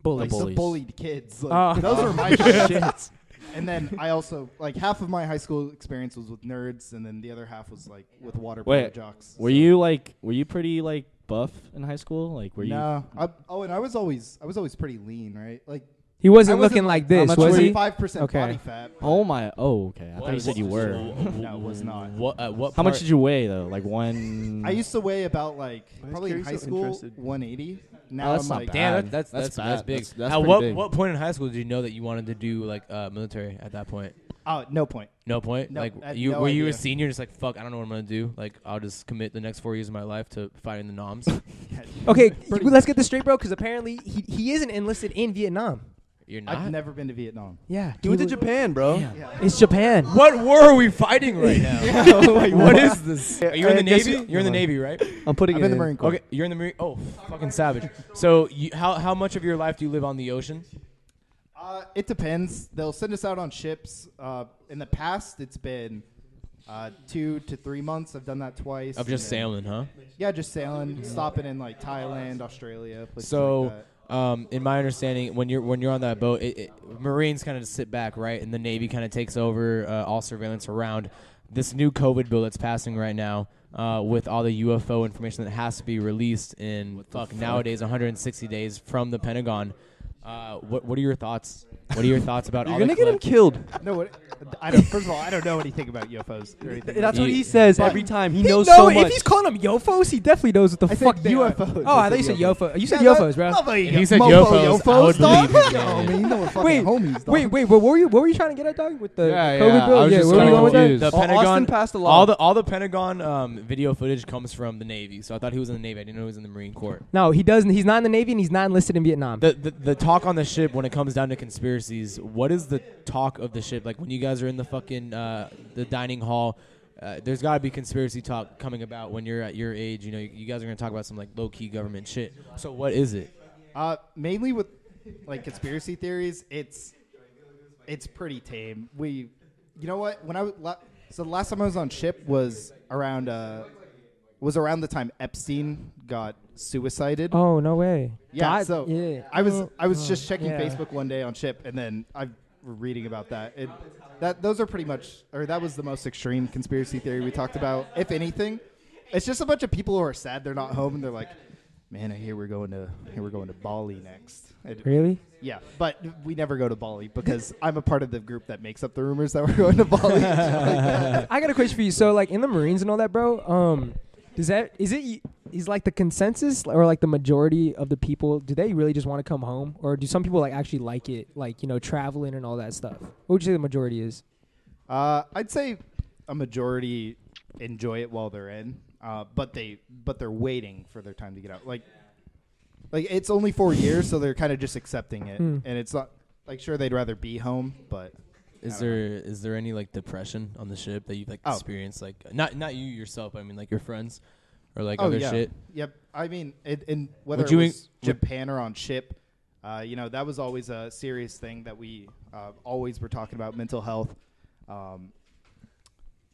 S1: Bullies.
S6: like the
S5: bullies.
S6: bullied kids. Like,
S1: Oh.
S6: Those are my shits. And then I also like half of my high school experience was with nerds, and then the other half was like with water polo
S5: Wait,
S6: jocks.
S5: Were you like? Were you pretty like buff in high school? Like, were you?
S6: No. I, oh, and I was always I was always pretty lean, right? Like
S1: He wasn't,
S6: I wasn't-
S1: looking like
S5: How
S1: this,
S5: much
S1: was
S5: were
S1: he?
S5: you?
S6: five percent
S1: Okay.
S6: body fat.
S5: Oh my. Oh, okay. I thought you said you were.
S6: No, it was not.
S3: What? Uh, what
S5: How much
S3: part-
S5: did you weigh though? Like one.
S6: I used to weigh about like
S4: is
S6: probably in
S4: Carrie
S6: high
S4: so
S6: school
S4: interested?
S6: 180.
S5: Oh,
S6: Now
S5: that's
S6: I'm
S5: not
S6: like
S5: bad.
S3: Damn, that, that's
S5: That's
S3: that's, that's,
S5: bad.
S3: big.
S5: That's- that's
S3: At
S5: pretty
S3: what
S5: big.
S3: what point in high school did you know that you wanted to do like uh, military? At that point,
S6: oh no point.
S3: no point.
S6: No,
S3: like
S6: I had
S3: you
S6: no
S3: were you a
S6: idea.
S3: senior, just like fuck, I don't know what I'm gonna do. Like I'll just commit the next four years of my life to fighting the noms.
S1: Okay, let's get this straight, bro, because apparently he, he isn't enlisted in Vietnam.
S3: You're not.
S1: Ah.
S6: I've never been to Vietnam.
S1: Yeah.
S4: He went to Japan, bro.
S1: It's Japan.
S3: what war are we fighting right now? what is this? Are you in
S4: I
S3: the
S4: guess
S3: navy? You're in the navy, right?
S4: I'm putting
S6: I've
S4: it
S6: been in the
S4: in.
S6: Marine Corps.
S3: Okay, you're in the marine. Oh, fucking savage. So you, how how much of your life do you live on the ocean?
S6: Uh, it depends. They'll send us out on ships. Uh, in the past, it's been uh, two to three months. I've done that twice.
S3: Of just
S6: And
S3: sailing, huh?
S6: then- Yeah, just sailing, stopping in like Thailand, Australia. Places like
S3: So,
S6: that.
S3: um, in my understanding, when you're when you're on that boat, it, it, Marines kind of just sit back, right, and the Navy kind of takes over uh, all surveillance around this new COVID bill that's passing right now. Uh, with all the UFO information that has to be released in fuck, nowadays 160 days from the Pentagon, Uh, what What are your thoughts? What are your thoughts about
S4: You're
S3: all
S4: gonna
S3: the
S4: get him
S3: collect-
S4: killed.
S6: No, what, I don't. First of all, I don't know anything about UFOs or anything.
S4: That's what
S3: You-
S4: he says every time. He
S1: He
S4: knows
S1: know-
S4: so much.
S1: If he's calling them yofos, he definitely knows what the
S6: I said
S1: fuck they are. Oh,
S6: UFOs.
S1: I
S6: I
S1: thought you said
S6: said
S1: yofos. You said
S6: Yeah,
S1: yofos, bro.
S6: Mofo,
S3: If he said
S6: mofo
S3: UFOs, I would
S6: dog.
S3: believe it,
S6: Yo,
S3: man.
S6: Oh, man, you know what fucking
S1: Wait,
S6: homies, dog.
S1: wait, wait. What were you? What were you trying to get at, dog? With the COVID
S2: Yeah, yeah,
S1: bill?
S2: I was
S1: yeah,
S2: just
S1: where were
S2: kinda
S1: you going with that?
S2: confused.
S3: The
S2: Au-
S4: Austin
S3: Pentagon
S4: passed a law.
S3: All the all the Pentagon um, video footage comes from the Navy, so I thought he was in the Navy. I didn't know he was in the Marine Corps.
S1: No, he doesn't. He's not in the Navy and he's not enlisted in Vietnam.
S3: The, the the talk on the ship when it comes down to conspiracies. What is the talk of the ship like when you guys are in the fucking uh, the dining hall? Uh, there's got to be conspiracy talk coming about when you're at your age. You know, you, you guys are gonna talk about some like low key government shit. So what is it?
S6: Uh, mainly with like conspiracy theories, it's it's pretty tame. We, you know what? When I was la- so the last time I was on ship was around uh was around the time Epstein got suicided.
S1: oh no way.
S6: yeah,
S1: God,
S6: so
S1: yeah.
S6: I was I was just checking
S1: oh, yeah.
S6: Facebook one day on ship, and then I am reading about that. It, that those are pretty much, or that was the most extreme conspiracy theory we talked about. If anything, it's just a bunch of people who are sad they're not home, and they're like, "Man, I hear we're going to here we're going to Bali next." It-
S1: really.
S6: yeah, but we never go to Bali because I'm a part of the group that makes up the rumors that we're going to Bali.
S1: I got a question for you. So, like in the Marines and all that, bro. Um, does that is it? Is like the consensus or like the majority of the people? Do they really just want to come home, or do some people like actually like it, like you know, traveling and all that stuff? What would you say the majority is?
S6: Uh, I'd say a majority enjoy it while they're in, uh, but they but they're waiting for their time to get out. Like, like it's only four years, so they're kind of just accepting it, and it's not like sure they'd rather be home, but
S3: Is
S6: I don't
S3: there is there any like depression on the ship that you've like
S6: Oh.
S3: experienced? Like not not you yourself. I mean like your friends or like
S6: oh
S3: other
S6: yeah,
S3: shit.
S6: yep. I mean, it, and whether
S3: Would
S6: it
S3: you
S6: was
S3: in- would-
S6: Japan or on ship, uh, you know that was always a serious thing that we uh, always were talking about mental health. Um,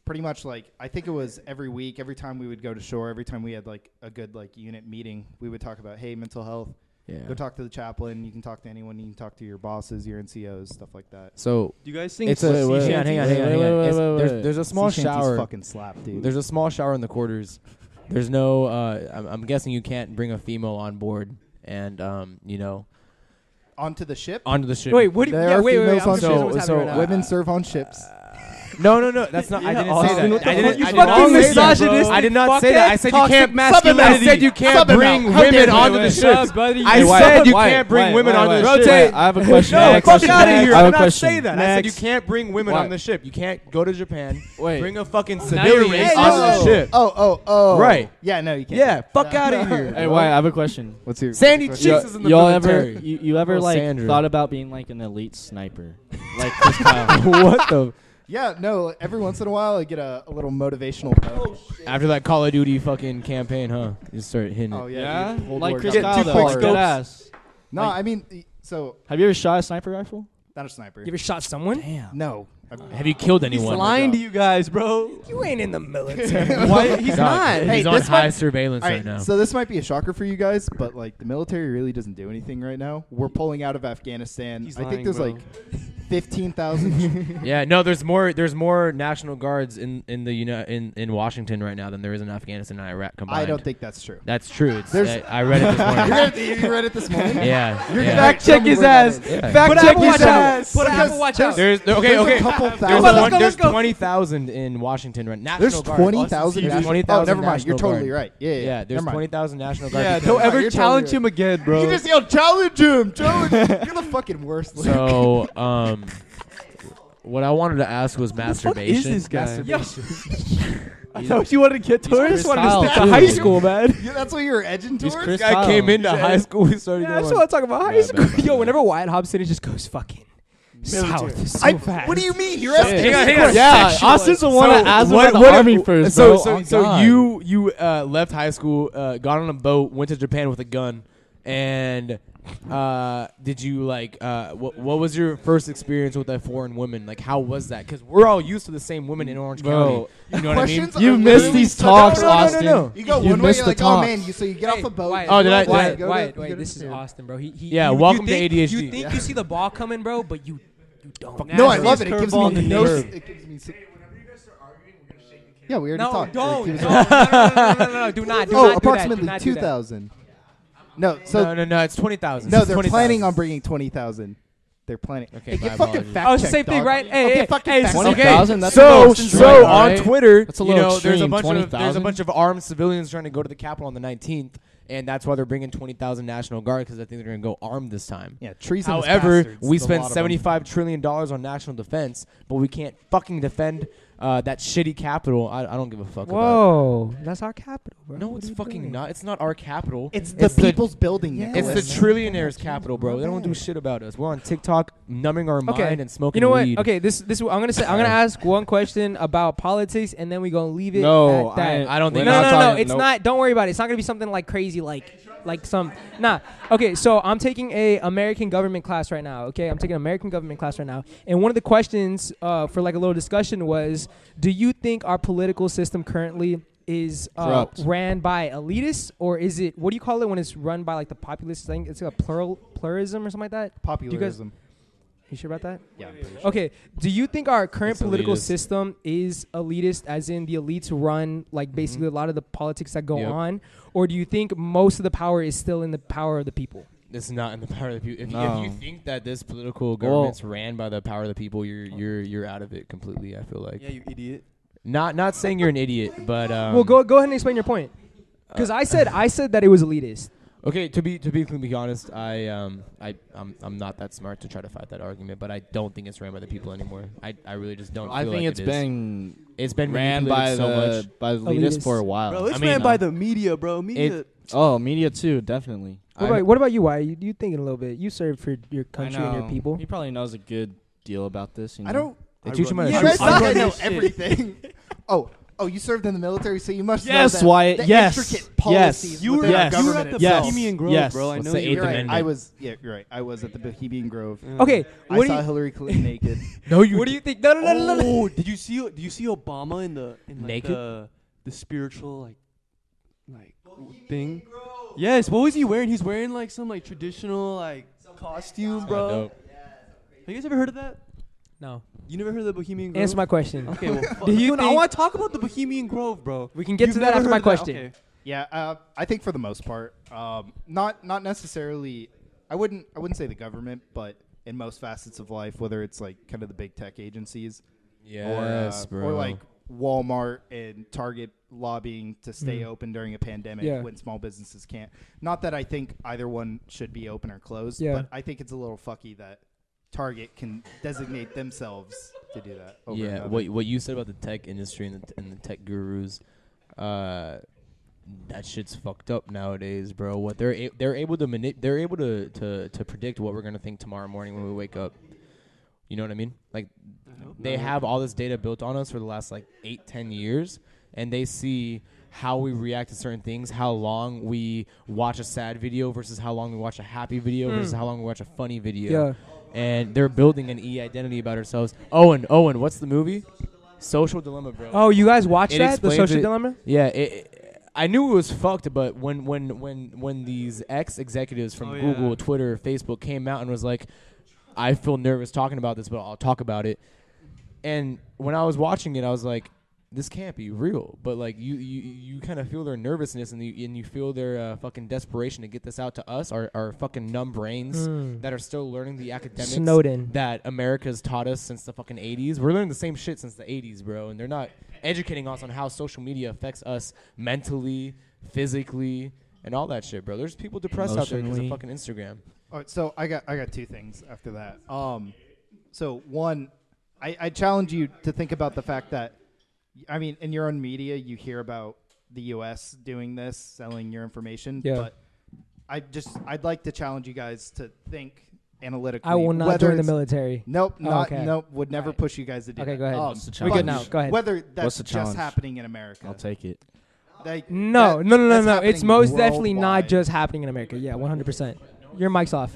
S6: pretty much like I think it was every week, every time we would go to shore, every time we had like a good like unit meeting, we would talk about hey, mental health.
S3: Yeah.
S6: Go talk to the chaplain. You can talk to anyone. You can talk to your bosses, your NCOs, stuff like that.
S3: So
S4: Do you guys sing
S3: It's a-
S4: sea
S3: wait,
S4: shanties?
S3: hang on, hang on, hang on, hang on.
S2: wait,
S3: It's-
S2: wait,
S3: there's-
S2: wait.
S3: There's a small
S6: Sea shanties
S3: shower.
S6: fucking slap, dude.
S3: There's a small shower in the quarters. There's no. Uh, I'm, I'm guessing you can't bring a female on board, and um, you know,
S6: onto the ship.
S3: onto the ship.
S1: Wait, what? do you-
S6: There
S1: yeah,
S6: are
S1: wait, wait, wait.
S6: females
S1: I'm
S6: on
S1: just curious
S3: ship.
S1: what's
S3: So-
S1: happening
S3: so
S1: right now.
S6: Women serve on ships.
S3: No, no, no. That's not. I didn't
S4: Austin,
S3: say
S4: what
S3: that.
S4: the
S3: I didn't.
S4: fuck?
S3: I
S4: You
S3: didn't,
S4: fucking
S3: say that.
S1: misogynist.
S3: I did not
S1: Fuck
S3: say that.
S1: that
S3: I said you
S1: toxic
S3: can't. I
S1: masculinity.
S3: said you can't
S1: Sub him
S3: bring
S1: out. Sub him
S3: women
S1: out.
S3: onto the
S1: Wait,
S3: ship.
S1: sub, buddy.
S3: I
S1: Wait,
S3: said you
S1: wait,
S3: can't bring
S1: wait,
S3: women
S1: wait,
S3: onto the
S1: wait.
S3: ship.
S1: Rotate.
S2: I have a question.
S1: No,
S2: Next.
S1: fuck out of here.
S2: I
S1: I
S2: have
S1: did
S2: a
S1: not
S2: question.
S1: say that.
S3: I said you
S1: Next.
S3: can't bring women
S2: Why?
S3: on the ship. You can't go to Japan.
S2: Wait.
S3: Bring a fucking
S1: you're
S3: civilian
S1: racist.
S3: onto the
S1: Oh.
S3: ship.
S6: Oh, oh, oh.
S3: Right.
S6: Yeah, no, you can't.
S3: Yeah. Fuck out of here.
S2: Hey,
S3: bro.
S2: why-
S5: I have a question.
S6: What's your
S3: Sandy
S6: what's
S3: Cheeks
S6: your-
S3: is in the
S5: Y'all ever
S3: military.
S5: you, you ever
S3: Little
S5: like
S3: Sandra.
S5: thought about being like an elite sniper? like Chris Kyle.
S3: what the?
S6: Yeah, no. Every once in a while, I get a, a little motivational. Oh,
S3: After that Call of Duty fucking campaign, huh? You start hitting it.
S6: Oh, yeah. dude. Cold
S5: like
S6: War
S5: Chris
S6: got
S5: Kyle
S6: me
S5: though.
S6: hard.
S5: Like, dead ass.
S6: No,
S5: Like-
S6: I mean, e- so
S5: Have you ever shot a sniper rifle?
S6: not a sniper.
S1: You ever shot someone?
S6: no. I-
S3: Have you killed
S4: He's
S3: anyone?
S4: lying to you guys, bro.
S1: You ain't in the military.
S4: Why? He's not.
S3: He's
S6: Hey,
S3: on
S6: this
S3: high
S6: might-
S3: surveillance
S6: All
S3: right,
S6: right,
S3: now.
S6: so this might be a shocker for you guys, but like the military really doesn't do anything right now. We're pulling out of Afghanistan.
S4: He's
S6: I
S4: lying,
S6: think there's
S4: bro.
S6: like fifteen thousand.
S3: yeah, no, there's more. There's more National Guards in in the uni- in in Washington right now than there is in Afghanistan and Iraq combined.
S6: I don't think that's true.
S3: that's true. It's,
S6: There's-
S3: I, I read it this
S6: you,
S3: morning.
S6: read, it- you read it this morning.
S3: yeah.
S6: You're
S3: yeah.
S6: gonna-
S4: Fact check his ass.
S3: Yeah.
S4: Fact
S1: Put
S4: check
S1: Apple
S4: his
S1: Watch out.
S4: ass.
S1: Put
S6: Because
S1: Apple Watch out.
S3: There's okay,
S6: There's
S3: okay.
S6: a couple
S3: There's,
S6: thousand.
S1: let's go,
S3: one- there's
S1: let's go.
S3: twenty thousand in Washington right now.
S6: There's twenty thousand.
S3: There's
S6: national-
S3: 20,000
S6: Oh, never mind. You're
S3: National
S6: totally
S3: Guard.
S6: right. Yeah, yeah,
S3: Yeah, there's
S6: never mind.
S3: twenty thousand National Guard.
S4: Yeah,
S3: because-
S4: don't
S6: You're
S4: ever
S6: totally
S4: challenge
S6: right.
S4: him again, bro.
S6: You just yelled, challenge him, challenge him. Oh. You're the fucking worst. Luke.
S3: So, um, what I wanted to ask was
S4: Who the fuck
S3: masturbation.
S4: is this guy?
S1: Yo,
S4: I thought you wanted to get towards.
S1: I just wanted to
S5: Kyle,
S1: stick to
S5: too.
S1: high school, man.
S6: Yeah, that's what you're edging
S5: He's
S6: towards.
S5: Chris
S3: guy
S5: Kyle.
S3: came into high school. We started
S1: Yeah, I just
S3: going.
S1: want to talk about high
S3: Yeah,
S1: school.
S3: bad, bad,
S1: Yo,
S3: bad.
S1: whenever Wyatt hops in, it just goes fucking south so
S6: I-
S1: fast.
S6: What do you mean? You're asking
S3: Hang on, hang on.
S5: Yeah, Austin's the one
S3: So
S5: that asked
S3: what-
S5: about the
S3: what-
S5: army first.
S3: So,
S5: bro.
S3: so,
S5: Oh,
S3: so
S5: God.
S3: you you uh, left high school, uh, got on a boat, went to Japan with a gun, and uh, did you like uh, what? What was your first experience with a foreign woman? Like, how was that? Because we're all used to the same women in Orange
S5: Bro.
S3: County. You know what I mean?
S6: Questions
S5: You
S6: are
S5: missed
S6: literally
S5: these
S6: such-
S5: talks,
S6: No, no, no, no,
S5: Austin.
S6: no. You go
S5: You
S6: one way,
S5: missed
S6: you're
S5: the
S6: like,
S5: talks.
S6: oh man, you so you get off a boat.
S1: Wyatt,
S3: Oh, did I-
S6: you go
S3: did I-
S6: to-
S1: Wyatt,
S6: go to-
S1: Wyatt,
S6: you go
S1: wait,
S6: to-
S1: this is Austin, bro. He, he,
S3: Yeah,
S1: you,
S3: welcome
S1: you
S3: to
S1: think,
S3: ADHD.
S1: You think you see the ball coming, bro, but you you don't.
S6: No, I
S1: Nasty
S6: love it. It
S1: curve
S6: gives
S1: ball in
S6: me
S1: the
S6: no.
S1: neighborhood.
S6: s- It gives me. s- Yeah, we already
S1: No,
S6: talked.
S1: don't.
S6: It
S1: No,
S6: gives
S1: no,
S6: me-
S1: no, no, no, no, no, no, do not. Do
S6: Oh,
S1: not do that. Do
S6: approximately
S1: not do
S6: two
S1: that.
S6: thousand. No, so
S3: no, no, no. It's twenty thousand.
S6: No, they're planning on bringing twenty thousand. They're planning.
S3: Okay,
S6: Hey,
S3: my
S6: get fucking
S3: apologies.
S6: fact
S1: Oh, it's the
S6: checked,
S1: same thing,
S6: dog.
S1: right? Hey,
S6: Okay,
S1: hey,
S6: fucking
S1: hey,
S6: fact
S1: it's-
S6: checked.
S3: Okay,
S5: 20,000? That's a
S3: so
S5: little extreme,
S3: so on
S5: right?
S3: Twitter,
S5: That's a
S3: you
S5: little
S3: know, there's a
S5: extreme,
S3: bunch of there's a
S5: 20,000?
S3: bunch of armed civilians trying to go to the Capitol on the 19th, and that's why they're bringing 20,000 National Guard because I think they're going to go armed this time.
S6: Yeah, treason.
S3: However, we spend
S6: spent
S3: 75 trillion dollars on national defense, but we can't fucking defend uh, that shitty capital. I, I don't give a fuck. About
S1: Whoa, that's our capital, bro.
S3: it. No,
S1: What
S3: it's
S1: are you
S3: fucking
S1: doing?
S3: not. It's not our capital.
S6: It's the people's building.
S1: Yeah.
S3: It's
S6: Nicholas.
S3: the trillionaires' capital, bro. They don't do shit about us. We're on TikTok, numbing our
S1: Okay.
S3: mind and smoking
S1: You know what?
S3: weed.
S1: Okay, this this I'm gonna say. I'm gonna ask one question about politics, and then we gonna leave it.
S5: No,
S1: at that.
S3: I don't
S1: No,
S3: think-
S1: no,
S3: we're
S1: no,
S3: not
S1: no,
S5: talking-
S1: It's
S5: nope.
S1: not. Don't worry about it. It's not gonna be something like crazy, like like some. Nah. Okay, so I'm taking a American government class right now. Okay, I'm taking an American government class right now, and one of the questions uh, for like a little discussion was, do you think our political system currently is uh,
S5: Corrupt.
S1: ran by elitists, or is it what do you call it when it's run by like the populace? I think it's a plural pluralism or something like that.
S6: popularism.
S1: You sure about that?
S6: Yeah.
S1: Okay. Do you think our current
S3: It's
S1: political
S3: elitist.
S1: system is elitist, as in the elites run like basically a lot of the politics that go
S3: Mm-hmm. Yep.
S1: on, or do you think most of the power is still in the power of the people?
S3: It's not in the power of the people. If,
S5: No.
S3: you, if you think that this political government's ran by the power of the people, you're you're you're out of it completely. I feel like.
S4: Yeah, you idiot.
S3: Not not saying you're an idiot, but um, uh,
S1: well, go go ahead and explain your point, because I said I said that it was elitist.
S3: Okay, to be to be completely honest, I um I I'm, I'm not that smart to try to fight that argument, but I don't think it's ran by the people anymore. I, I really just don't.
S5: I
S3: feel
S5: think
S3: like
S5: it's
S3: it is.
S5: been
S3: it's been
S5: ran
S3: manipulated
S5: by
S3: so
S5: the
S3: much.
S5: by the elitists
S1: Elitists.
S5: for a while.
S4: Bro, it's
S3: mean,
S4: ran by
S3: uh,
S4: the media, bro. Media.
S5: oh, media too, definitely.
S1: What about, what about you? Why you, you thinking a little bit? You served for your country and your people.
S5: He probably knows a good deal about this. You know?
S6: I don't.
S3: They teach you how to
S6: You
S3: shoot
S6: guys
S3: firearms.
S6: think I know everything. oh, oh, you served in the military, so you must
S5: Yes,
S6: know the,
S5: Wyatt,
S6: the
S5: yes.
S6: intricate
S5: Yes.
S6: policies
S5: You
S6: within
S5: were-
S6: our
S5: yes.
S4: You were
S6: government
S4: at the
S5: Yes.
S4: Bohemian Grove,
S5: Yes.
S4: bro. I
S3: Let's
S4: know
S3: say
S4: you
S3: Eighth
S6: You're
S4: were.
S6: right.
S3: Amendment.
S6: I was. Yeah, you're right. I was at the Bohemian Grove.
S1: Okay,
S6: I
S1: what do
S6: saw
S1: you
S6: Hillary Clinton naked.
S3: no, you.
S1: what do you think? No, no, no, no, no, no.
S4: Oh, did you see? Do you see Obama in the in like
S3: Naked?
S4: the the spiritual like like thing? Yes. What was he wearing? He's wearing like some like traditional like costume,
S3: Kinda
S4: bro.
S3: dope.
S4: Have you guys ever heard of that?
S1: No.
S4: You never heard of the Bohemian Grove?
S1: Answer my question.
S4: Okay, well, fuck.
S1: Do you
S4: Dude, I
S1: think-
S4: want to talk about the Bohemian Grove, bro.
S1: We can get
S4: You've
S1: to that
S4: never
S1: after
S4: heard
S1: my
S4: of
S1: question.
S4: Okay.
S6: Yeah, uh, I think for the most part, um, not not necessarily. I wouldn't I wouldn't say the government, but in most facets of life, whether it's like kind of the big tech agencies,
S3: Yes,
S6: or, uh,
S3: bro.
S6: or like Walmart and Target lobbying to stay open during a pandemic
S1: Yeah.
S6: when small businesses can't. Not that I think either one should be open or closed,
S1: Yeah.
S6: but I think it's a little fucky that Target can designate themselves to do that. Over
S3: yeah,
S6: another.
S3: what what you said about the tech industry and the, t- and the tech gurus, uh, that shit's fucked up nowadays, bro. What they're a- they're able to manip- they're able to, to to predict what we're gonna think tomorrow morning when we wake up. You know what I mean? Like they have all this data built on us for the last like eight ten years, and they see how we react to certain things, how long we watch a sad video versus how long we watch a happy video versus how long we watch a funny video
S1: Hmm. Yeah.
S3: and they're building an e identity about ourselves. Owen, Owen, what's the movie? Social Dilemma, bro.
S1: Oh, you guys watch
S3: It
S1: that? The
S3: explains
S1: social
S3: it-
S1: dilemma.
S3: Yeah, it, it- I knew it was fucked, but when when when when these ex executives from
S4: Oh,
S3: Google,
S4: yeah.
S3: Twitter, Facebook came out and was like, I feel nervous talking about this, but I'll talk about it. And when I was watching it, I was like, this can't be real. But like you you, you kind of feel their nervousness and you, and you feel their uh, fucking desperation to get this out to us, our, our fucking numb brains that are still learning the academics
S1: Snowden.
S3: that America's taught us since the fucking 80s. We're learning the same shit since the 80s, bro, and they're not educating us on how social media affects us mentally, physically, and all that shit, bro. There's people depressed out there because of
S5: Emotionally.
S3: fucking Instagram.
S6: All right, so I got I got two things after that. Um, so one, I, I challenge you to think about the fact that, I mean, in your own media, you hear about the U.S. doing this, selling your information.
S1: Yeah.
S6: But I just I'd like to challenge you guys to think analytically.
S1: I will not
S6: whether
S1: join the
S6: it's-
S1: military.
S6: Nope,
S1: Oh,
S6: not
S1: okay.
S6: nope. Would never push you guys to do.
S1: Okay,
S6: that.
S1: go ahead.
S6: Um,
S5: What's the
S6: but
S1: We're good now. Go ahead.
S6: Whether that's
S5: the
S6: just
S5: challenge?
S6: happening in America.
S5: I'll take it.
S6: Like,
S1: No,
S6: that-
S1: no, no, no,
S6: that's
S1: no. It's
S6: happening
S1: most definitely not
S6: worldwide.
S1: just happening in America. Yeah, 100%. Your mic's off.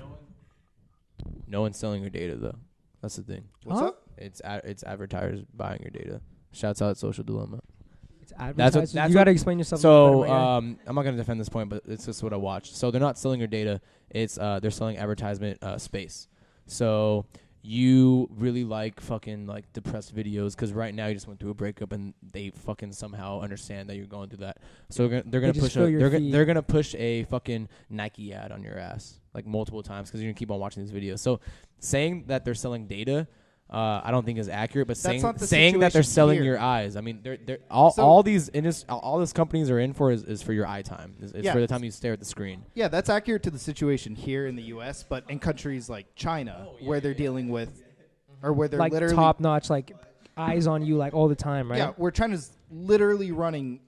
S3: No one's selling your data though. That's the thing.
S6: What's
S1: Huh?
S6: up?
S3: It's ad- it's advertisers buying your data. Shouts out Social Dilemma.
S1: It's
S3: That's what-
S1: advertisers.
S3: that's
S1: you got to
S3: what-
S1: explain yourself. a little
S3: So
S1: better, my guy.
S3: um, I'm not gonna defend this point, but it's just what I watched. So they're not selling your data; it's uh, they're selling advertisement uh, space. So you really like fucking like depressed videos because right now you just went through a breakup and they fucking somehow understand that you're going through that. So they're gonna, they're gonna
S1: just
S3: push a
S1: fill your
S3: they're gonna,
S1: feed.
S3: they're gonna push a fucking Nike ad on your ass like multiple times because you're gonna keep on watching these videos. So saying that they're selling data. Uh, I don't think is accurate, but saying
S6: not the
S3: saying that they're
S6: situation
S3: selling
S6: here.
S3: your eyes. I mean, they're, they're all
S6: So-
S3: all these indus- all these companies are in for is, is for your eye time. It's, it's
S6: Yeah.
S3: for the time you stare at the screen.
S6: Yeah, that's accurate to the situation here in the U.S., but in countries like China,
S3: Oh,
S6: where they're dealing with,
S3: Mm-hmm.
S6: or where they're
S1: like
S6: literally
S1: top notch, like eyes on you like all the time, right?
S6: Yeah, where China's literally running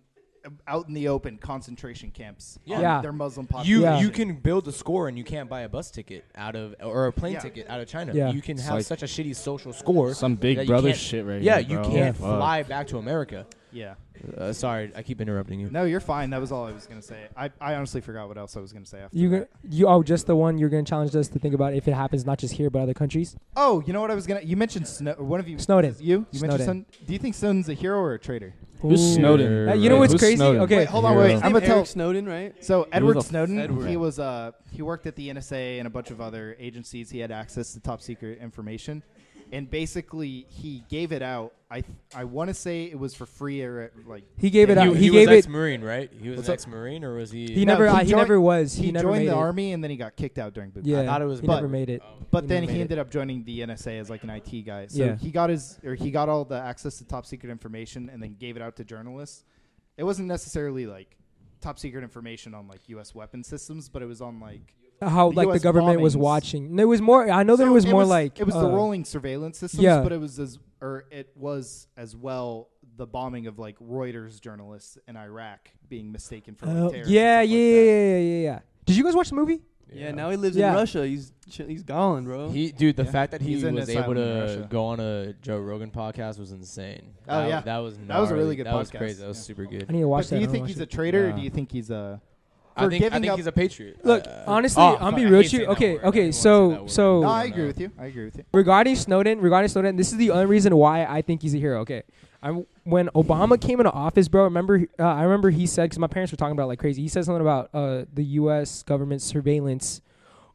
S6: uh, out in the open concentration camps. on
S1: Yeah.
S6: their Muslim population.
S3: You
S1: Yeah.
S3: you can build a score and you can't buy a bus ticket out of or a plane
S6: Yeah.
S3: ticket out of China.
S1: Yeah.
S3: You can
S5: It's
S3: have
S5: like
S3: such a shitty social score.
S5: some Big
S3: that you
S5: Brother
S3: can't-
S5: shit right
S3: Yeah,
S5: here,
S3: you
S5: bro.
S3: can't
S5: Yeah, fuck.
S3: fly back to America.
S6: yeah.
S3: Uh, sorry, I keep interrupting you.
S6: No, you're fine. That was all I was gonna say. I, I honestly forgot what else I was gonna say after.
S1: You
S6: that.
S1: gonna you oh just the one you're gonna challenge us to think about if it happens not just here but other countries.
S6: Oh, you know what I was gonna. You mentioned Snow. One of you.
S1: Snowden.
S6: You. You mentioned
S1: Snowden.
S6: Snowden. Do you think Snowden's a hero or a traitor?
S5: Who's
S1: Ooh.
S5: Snowden?
S1: Uh, you know what's
S5: Who's
S1: crazy?
S5: Snowden?
S1: Okay,
S6: Wait, hold on, wait.
S4: His
S6: I'm
S4: name
S6: gonna tell.
S4: Eric Snowden, right?
S6: So Edward
S5: the
S6: Snowden,
S4: Edward.
S6: he was uh he worked at the NSA and a bunch of other agencies. He had access to top secret information, and basically he gave it out. I th- I want to say it was for free or uh, like
S1: He gave it
S3: You-
S1: out.
S3: He,
S1: He,
S3: was
S1: gave it.
S3: ex-marine, right? He was
S6: What's
S3: an
S6: up?
S3: ex-marine, or was he?
S1: He never.
S6: he
S1: uh, he
S6: joined-
S1: never was. He,
S6: he
S1: never
S6: joined
S1: made
S6: the
S1: it.
S6: army and then he got kicked out during boot camp.
S1: Yeah,
S3: I thought it was-
S1: He
S6: but-
S1: never made it.
S6: Oh. But then
S1: never
S6: he
S1: made
S6: ended up joining the NSA as like an IT guy. So
S1: Yeah.
S6: he got his or he got all the access to top secret information and then gave it out to journalists. It wasn't necessarily like top secret information on like US weapon systems, but it was on like
S1: How
S6: the
S1: like the
S6: US
S1: government was
S6: bombings.
S1: watching. There was more. I know there
S6: So
S1: was more like
S6: it was
S1: uh,
S6: the rolling surveillance systems,
S1: yeah.
S6: but it was as or it was as well the bombing of like Reuters journalists in Iraq being mistaken for
S1: Oh,
S6: like terrorists.
S1: yeah, yeah,
S6: and stuff
S1: yeah,
S6: like that.
S1: yeah, yeah, yeah, yeah. Did you guys watch the movie?
S4: Yeah, now he lives
S1: Yeah.
S4: in Russia. He's chi- he's gone, bro.
S3: He, dude, the fact that he
S6: He's in
S3: was
S6: asylum
S3: able
S6: in
S3: to
S6: Russia.
S3: go on a Joe Rogan podcast was insane.
S6: Oh,
S3: that,
S6: yeah.
S3: that was gnarly.
S6: That was a really good
S3: That was
S6: podcast.
S3: crazy. That was
S6: Yeah.
S3: super good.
S1: I need to watch
S6: But
S1: that.
S6: do you
S1: I
S6: think
S1: watched
S6: he's
S1: it.
S6: a traitor or
S5: Yeah.
S6: do you think he's a
S3: I
S6: for
S3: think, I
S6: giving
S3: think
S6: up-
S3: he's a patriot.
S1: Look,
S3: Uh,
S1: honestly,
S3: oh,
S1: I'm
S3: fuck,
S1: be
S3: I
S1: real
S3: hate
S1: with you.
S3: saying that
S1: Okay,
S3: word. I don't
S1: okay,
S3: even wanna say
S1: so-
S3: that word.
S1: so-
S6: No,
S1: Oh,
S6: I agree with you. I agree with you.
S1: regarding Snowden, regarding Snowden, this is the only reason why I think he's a hero. Okay, I'm when Obama came into office, bro. Remember, uh, I remember he said because my parents were talking about it like crazy. He said something about uh, the U.S. government surveillance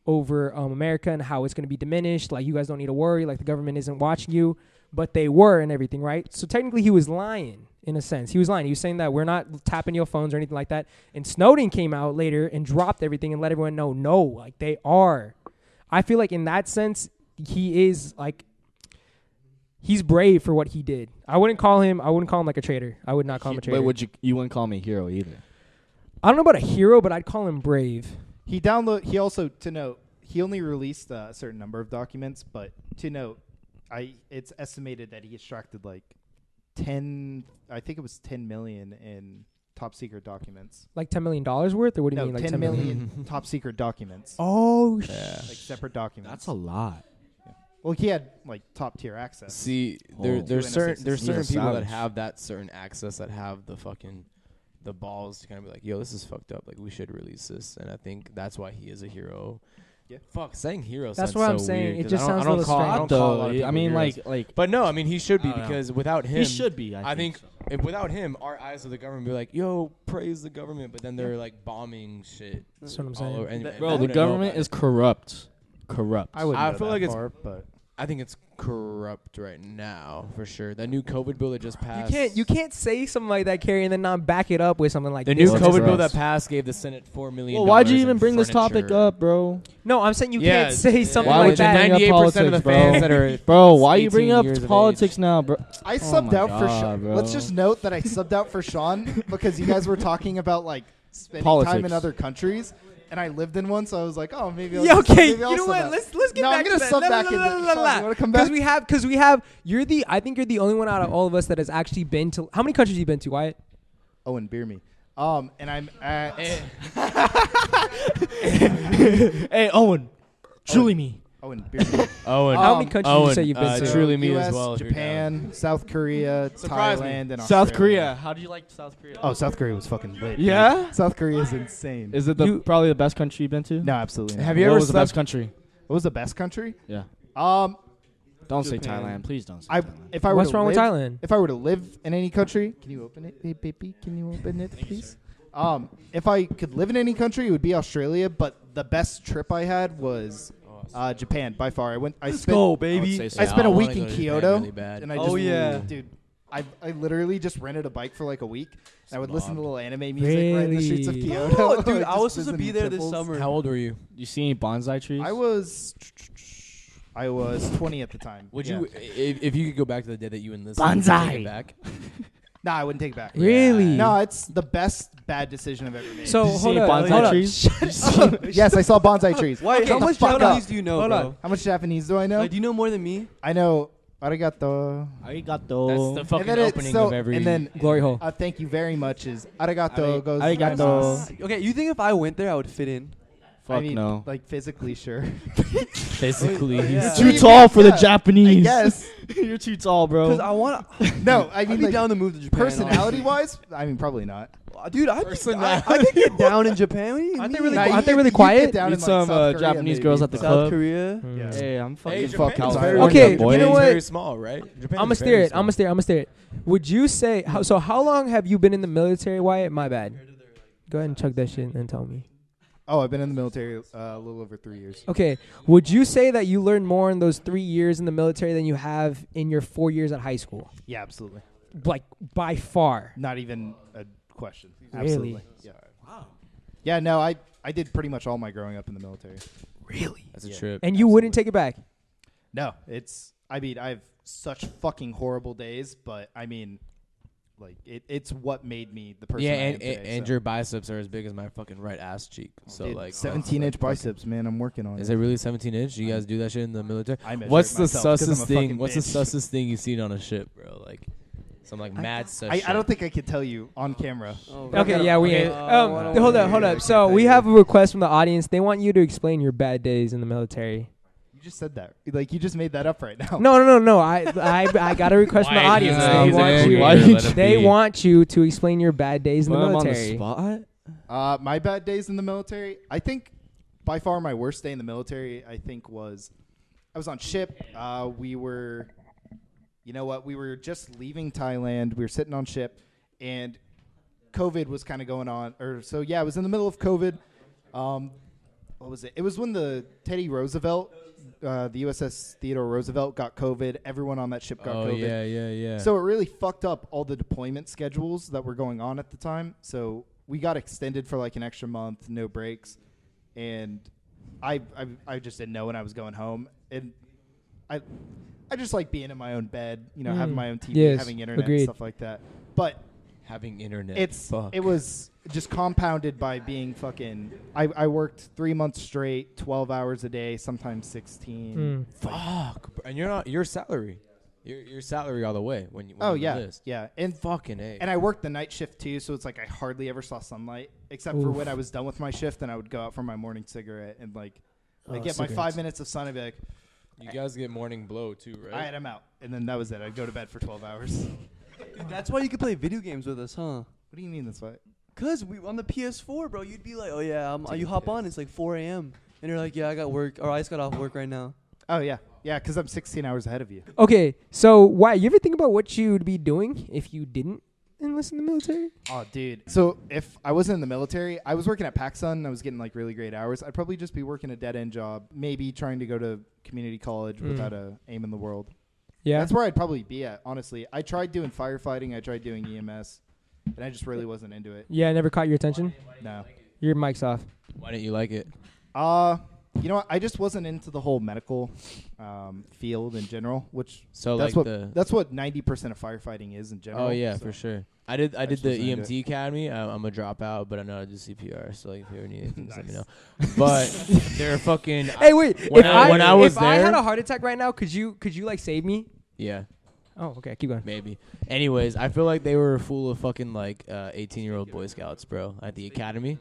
S1: over um, America and how it's going to be diminished. Like you guys don't need to worry. Like the government isn't watching you, but they were and everything, right? So technically, he was lying in a sense. He was lying. He was saying that we're not tapping your phones or anything like that. And Snowden came out later and dropped everything and let everyone know, no, like they are. I feel like in that sense, he is like he's brave for what he did. I wouldn't call him. I wouldn't call him like a traitor. I would not call him a traitor.
S5: But would you? You wouldn't call me hero either.
S1: I don't know about a hero, but I'd call him brave.
S6: He download. He also to note he only released uh, a certain number of documents, but to note, I it's estimated that he extracted like ten. I think it was ten million in top secret documents.
S1: Like ten million dollars worth, or what do you
S6: no,
S1: mean? Like
S6: ten
S1: million?
S6: million top secret documents.
S1: Oh
S6: Like separate documents.
S5: a lot.
S6: well, he had like top tier access.
S3: See, there,
S5: Oh.
S3: there's
S6: Doing
S3: certain
S6: assistance.
S3: there's
S5: He's a
S3: certain people that
S5: savage.
S3: have that certain access that have the fucking the balls to kind of be like, yo, this is fucked up. Like we should release this, and I think that's why he is a hero.
S6: Yeah.
S3: Fuck, saying hero.
S1: That's
S3: sounds
S1: what I'm
S3: so
S1: saying.
S3: weird
S1: It
S3: 'cause
S1: just
S3: I don't,
S1: sounds
S3: I
S1: a
S3: don't
S1: little
S3: call, I
S1: strange.
S3: don't
S5: Not
S3: call a lot
S5: though.
S3: of
S5: I
S3: people
S5: mean,
S3: heroes.
S5: like, like
S3: But no, I mean he should be
S5: I don't know.
S3: because without him,
S5: he should be. I,
S3: I think if without him, our eyes of the government be like, "Yo, praise the government," but then they're like bombing shit.
S1: That's what I'm
S3: all
S1: saying.
S3: over- and- and I
S5: bro, the
S3: wouldn't know
S5: government
S3: about
S5: is
S3: it.
S5: corrupt. Corrupt.
S6: I would.
S3: I feel like it's-
S6: far, but
S3: I think it's corrupt right now for sure. That new COVID bill that just passed.
S1: You can't you can't say something like that, Carrie, and then not back it up with something like
S3: The
S1: this.
S3: new
S5: Well,
S1: It's
S5: that's
S3: COVID bill
S5: gross.
S3: that passed gave the Senate four million.
S5: Well, why'd you
S3: dollars in
S5: even bring this topic
S3: furniture.
S5: up, bro?
S1: No, I'm saying you
S3: Yeah,
S1: can't say
S3: it's-
S1: something
S3: Why
S1: like
S3: would you
S1: that.
S3: bring up 98% of the
S5: bro?
S3: fans that are
S5: bro, why you
S3: 18
S5: bringing up
S3: years of
S5: politics
S3: age?
S5: now, bro?
S6: I
S5: Oh
S6: subbed
S5: my
S6: out for
S5: God,
S6: Sean.
S5: bro.
S6: Let's just note that I subbed out for Sean because you guys were talking about like spending time
S5: Politics.
S6: in other countries. And I lived in one, so I was like, "Oh, maybe." I'll
S1: Yeah,
S6: just-
S1: okay.
S6: maybe I'll
S1: you know
S6: sub
S1: what?
S6: out.
S1: Let's let's get
S6: no,
S1: back
S6: I'm gonna
S1: to that.
S6: sub
S1: La, la, la,
S6: back in.
S1: la, la,
S6: Sean,
S1: la.
S6: you wanna come back?
S1: we have because we have you're the I think you're the only one out of all of us that has actually been to how many countries you been to, Wyatt?
S6: oh, and beer me. Um, and I'm at.
S5: Hey, Owen, truly me.
S6: Oh, and beer me.
S3: Owen,
S1: how many countries
S3: Owen,
S1: you say you've been
S3: uh,
S1: to?
S3: truly me
S6: US,
S3: as well. if you're down.
S6: Japan, South Korea,
S3: Surprise me.
S6: Thailand, and
S5: South
S6: Australia.
S5: Korea. How do you like South Korea?
S6: Oh, South Korea was fucking lit. dude.
S5: Yeah?
S6: South Korea is insane.
S5: Is it the
S1: You-
S5: probably the best country you've been to?
S6: no, absolutely. Not.
S3: Have
S5: What
S3: you ever
S5: was the best
S3: slept?
S5: country?
S6: What was the best country?
S5: Yeah.
S6: Um,
S5: Don't say
S6: Japan.
S5: Thailand, please don't say
S6: I
S5: Thailand.
S6: if I were
S1: What's
S6: to
S1: wrong with
S6: live-
S1: Thailand?
S6: If I were to live in any country, can you open it, hey, baby? Can you open it, please? Um, if I could live in any country, it would be Australia. But the best trip I had was Uh, Japan by far. I went. I
S4: Let's
S6: spent,
S4: go,
S3: would
S4: baby.
S3: say so.
S6: I
S3: Yeah,
S6: spent a
S3: I wanna
S6: week
S3: go
S6: in
S3: to Japan
S6: Kyoto,
S3: really bad.
S6: and I
S4: Oh,
S6: just,
S4: yeah.
S6: dude, I I literally just rented a bike for like a week, and I would listen to
S3: Snob.
S6: little anime music right in the streets of
S1: Really?
S6: Kyoto.
S4: Oh, dude,
S6: Like,
S4: I
S6: just
S4: was supposed to
S6: visiting
S4: be there this
S6: temples.
S4: summer.
S3: How old were you?
S5: You see any bonsai trees?
S6: I was, I was 20 at the time.
S3: Would
S6: Yeah.
S3: you, if, if you could go back to the day that you enlisted,
S5: Banzai.
S3: Would you take it back?
S6: Nah, I wouldn't take it back.
S1: Really?
S6: No, it's the best bad decision I've ever made.
S1: So
S5: Did you see
S1: Oh, hold
S5: any
S1: up,
S5: bonsai
S1: hold up.
S5: trees?
S6: yes, I saw bonsai trees.
S4: Why?
S6: Okay,
S4: how much
S6: fuck
S4: Japanese
S6: up.
S4: do you know,
S1: Hold
S4: bro?
S1: on.
S6: How much Japanese do I know?
S4: Like, do you know more than me?
S6: I know arigato.
S5: Arigato.
S3: That's the fucking
S6: and then it-
S3: opening
S6: so-
S3: of every.
S6: And then
S1: Glory hole.
S6: uh, thank you very much is arigato
S5: Ari-
S6: goes.
S5: arigato.
S4: Okay, you think if I went there, I would fit in?
S5: Fuck
S6: I mean,
S5: no.
S6: Like physically, sure.
S3: basically,
S4: yeah.
S5: You're too tall for the
S6: Yeah,
S5: Japanese.
S6: Yes.
S5: You're too tall,
S4: Because
S5: bro.
S4: I want.
S6: No, I
S4: I'd
S6: mean
S4: be
S6: like,
S4: down to move to Japan.
S6: personality wise. I mean, probably not.
S4: honestly. dude, I I, I could get down in Japan. What do you
S1: Aren't they
S4: mean?
S1: really-
S6: Nah, you
S1: aren't they
S6: get-
S1: really
S6: you get
S1: quiet?
S6: down
S5: Meet
S6: in, like,
S5: some,
S6: South
S5: uh,
S6: Korea,
S5: Japanese
S6: maybe,
S5: girls at the
S6: but-
S4: South
S5: club.
S4: Korea.
S1: Mm.
S5: Hey, I'm fucking
S3: Hey,
S5: from
S3: Japan's
S5: California.
S6: very-
S1: Okay,
S5: boy.
S1: you know
S3: Japan's
S1: what?
S3: Very small, right? Japan's
S1: I'm gonna
S3: very
S1: steer it. I'm
S3: small.
S1: gonna steer. it, I'm gonna steer it. Would you say how, so? How long have you been in the military, Wyatt? My bad. Go ahead and chuck that shit and tell me.
S6: Oh, I've been in the military uh, a little over three years.
S1: Okay, would you say that you learned more in those three years in the military than you have in your four years at high school?
S6: Yeah, absolutely.
S1: Like by far.
S6: Not even a question.
S1: Really?
S6: Absolutely. Yeah. Wow. Yeah. No, I I did pretty much all my growing up in the military.
S3: That's a trip.
S1: And you wouldn't take it back.
S6: No, it's. I mean, I have such fucking horrible days, but I mean, like it, it's what made me the person.
S3: yeah,
S6: I
S3: and,
S6: am
S3: and,
S6: today,
S3: and
S6: so.
S3: your biceps are as big as my fucking right ass cheek. So
S6: Dude,
S3: like, oh,
S6: 17 inch biceps, man. I'm working on
S3: Is
S6: it.
S3: it really 17 inch? You guys do that shit in the military?
S6: I measure
S3: What's
S6: it
S3: the
S6: myself 'cause I'm a
S3: sussest thing?
S6: fucking
S3: What's the
S6: bitch.
S3: sussest thing you've seen on a ship, bro? Like, some like mad sus.
S6: I, I
S3: shit.
S6: don't think I could tell you on camera.
S4: Oh,
S1: Okay,
S4: God.
S1: yeah, we
S3: okay,
S1: ain't.
S4: uh,
S1: Um,
S4: I don't
S1: hold
S4: wanna
S1: up, hold
S4: hear
S1: up.
S4: it.
S1: So
S6: Thank
S1: we
S6: you.
S1: have a request from the audience. They want you to explain your bad days in the military.
S6: You just said that. Like you just made that up right now.
S1: No, no, no, no. I, I, I got a request from the
S3: Why is he
S1: audience.
S3: an
S1: They
S3: idiot?
S1: want
S3: Why
S1: you.
S3: you let him
S1: They
S3: be?
S1: want you to explain your bad days in the
S5: Put 'em on the
S1: military.
S5: spot?
S6: Uh, my bad days in the military. I think by far my worst day in the military. I think was I was on ship. Uh, we were, you know what? We were just leaving Thailand. We were sitting on ship, and COVID was kind of going on. Or so yeah, it was in the middle of COVID. Um, what was it? It was when the Teddy Roosevelt, uh, the USS Theodore Roosevelt, got COVID. Everyone on that ship got
S3: Oh
S6: COVID.
S3: yeah, yeah, yeah.
S6: So it really fucked up all the deployment schedules that were going on at the time. So we got extended for like an extra month, no breaks, and I I, I just didn't know when I was going home, and I I just like being in my own bed, you know, having
S1: Mm.
S6: my own TV,
S1: Yes,
S6: having internet, and
S1: agreed.
S6: stuff like that. But
S3: having internet.
S6: it's
S3: fuck.
S6: it was just compounded by being fucking. I I worked three months straight, twelve hours a day, sometimes sixteen.
S1: Mm.
S3: fuck. bro. And you're not your salary. Your your salary all the way when you. When
S6: Oh
S3: you
S6: yeah,
S3: enlist.
S6: yeah, and
S3: Fucking a.
S6: And I worked the night shift too, so it's like I hardly ever saw sunlight except for
S1: Oof.
S6: when I was done with my shift and I would go out for my morning cigarette and like I
S1: Oh,
S6: get my
S1: cigarettes.
S6: five minutes of sun and be like,
S3: you guys get morning blow too,
S6: all right,
S3: right?
S6: I'm out. And then that was it. I'd go to bed for 12 hours. what
S4: Dude, that's why you could play video games with us, huh?
S6: do you mean that's why?
S4: Cause we on the PS4, bro. You'd be like, oh yeah, um, you hop on. It's like 4 a.m. and you're like, yeah, I got work, or I just got off work right now.
S6: Oh, yeah. Yeah, because I'm 16 hours ahead of you.
S1: Okay, so why you ever think about what you'd be doing if you didn't enlist in the military?
S6: Oh, dude. So if I wasn't in the military, I was working at PacSun and I was getting like really great hours. I'd probably just be working a dead end job, maybe trying to go to community college
S1: Mm.
S6: without a aim in the world.
S1: Yeah,
S6: That's where I'd probably be at, honestly. I tried doing firefighting, I tried doing EMS, and I just really wasn't into it.
S1: yeah. I never caught your attention.
S6: No.
S1: Your mic's off.
S3: Why didn't you like it?
S6: Uh, you know what? I just wasn't into the whole medical um, field in general, which
S3: So
S6: that's
S3: like
S6: what
S3: the.
S6: that's what 90% of firefighting is in general.
S3: Oh yeah,
S6: so-
S3: for sure. I did. I did
S6: just
S3: the
S6: wasn't into
S3: EMT academy. I, I'm a dropout, but I know how to do CPR. So like, if you ever need anything, just let me know. But they're fucking.
S1: Hey, wait.
S3: When
S1: if
S3: I-
S1: I,
S3: when I was
S1: if I had
S3: there-
S1: a heart attack right now, could you could you like save me?
S3: yeah.
S1: Oh, okay. Keep going.
S3: Maybe. Anyways, I feel like they were full of fucking like uh, 18 year old Boy Scouts, bro, at the academy.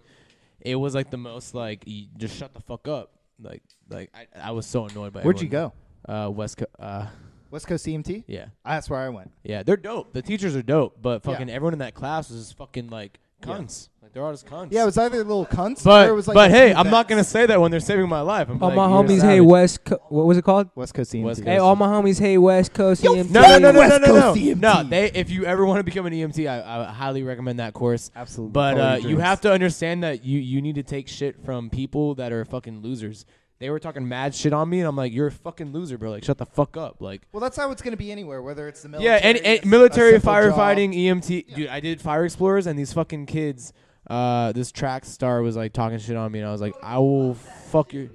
S3: It was like the most like y- just shut the fuck up. Like like I, I was so annoyed by.
S6: Where'd you
S3: everyone.
S6: go?
S3: Uh, West. Co- uh,
S6: West Coast CMT?
S3: yeah,
S6: Ah, That's where I went.
S3: yeah. They're dope. The teachers are dope, but
S6: Yeah.
S3: fucking everyone in that class was just fucking like cunts. Like they're all just cunts.
S6: Yeah, it was either little cunts
S3: But
S6: or it was like
S3: but
S6: a
S3: hey,
S6: few
S3: I'm not
S6: vets.
S3: gonna say that when they're saving my life. I'm
S1: All
S3: like,
S1: my
S3: you're
S1: homies,
S3: savage.
S1: hey West. Co- what was it called?
S6: West Coast CMT.
S3: West Coast.
S1: Hey, all my homies, hey West Coast
S6: Yo,
S1: EMT.
S3: No, no, no, no, no,
S6: West
S3: no, no.
S1: E
S6: Coast EMT.
S3: No, they. If you ever want to become an EMT, I, I highly recommend that course.
S6: Absolutely.
S3: But
S6: Follow your
S3: uh, you
S6: dreams.
S3: have to understand that you you need to take shit from people that are fucking losers. They were talking mad shit on me, and I'm like, "You're a fucking loser, bro. Like, shut the fuck up." Like,
S6: Well, that's how it's going to be anywhere, whether it's the military.
S3: yeah, and,
S6: it's
S3: and
S6: a
S3: military
S6: simple job.
S3: firefighting, EMT. Dude, I did fire explorers, and these fucking kids. Uh, this track star was like talking shit on me, and I was like, I will fuck you.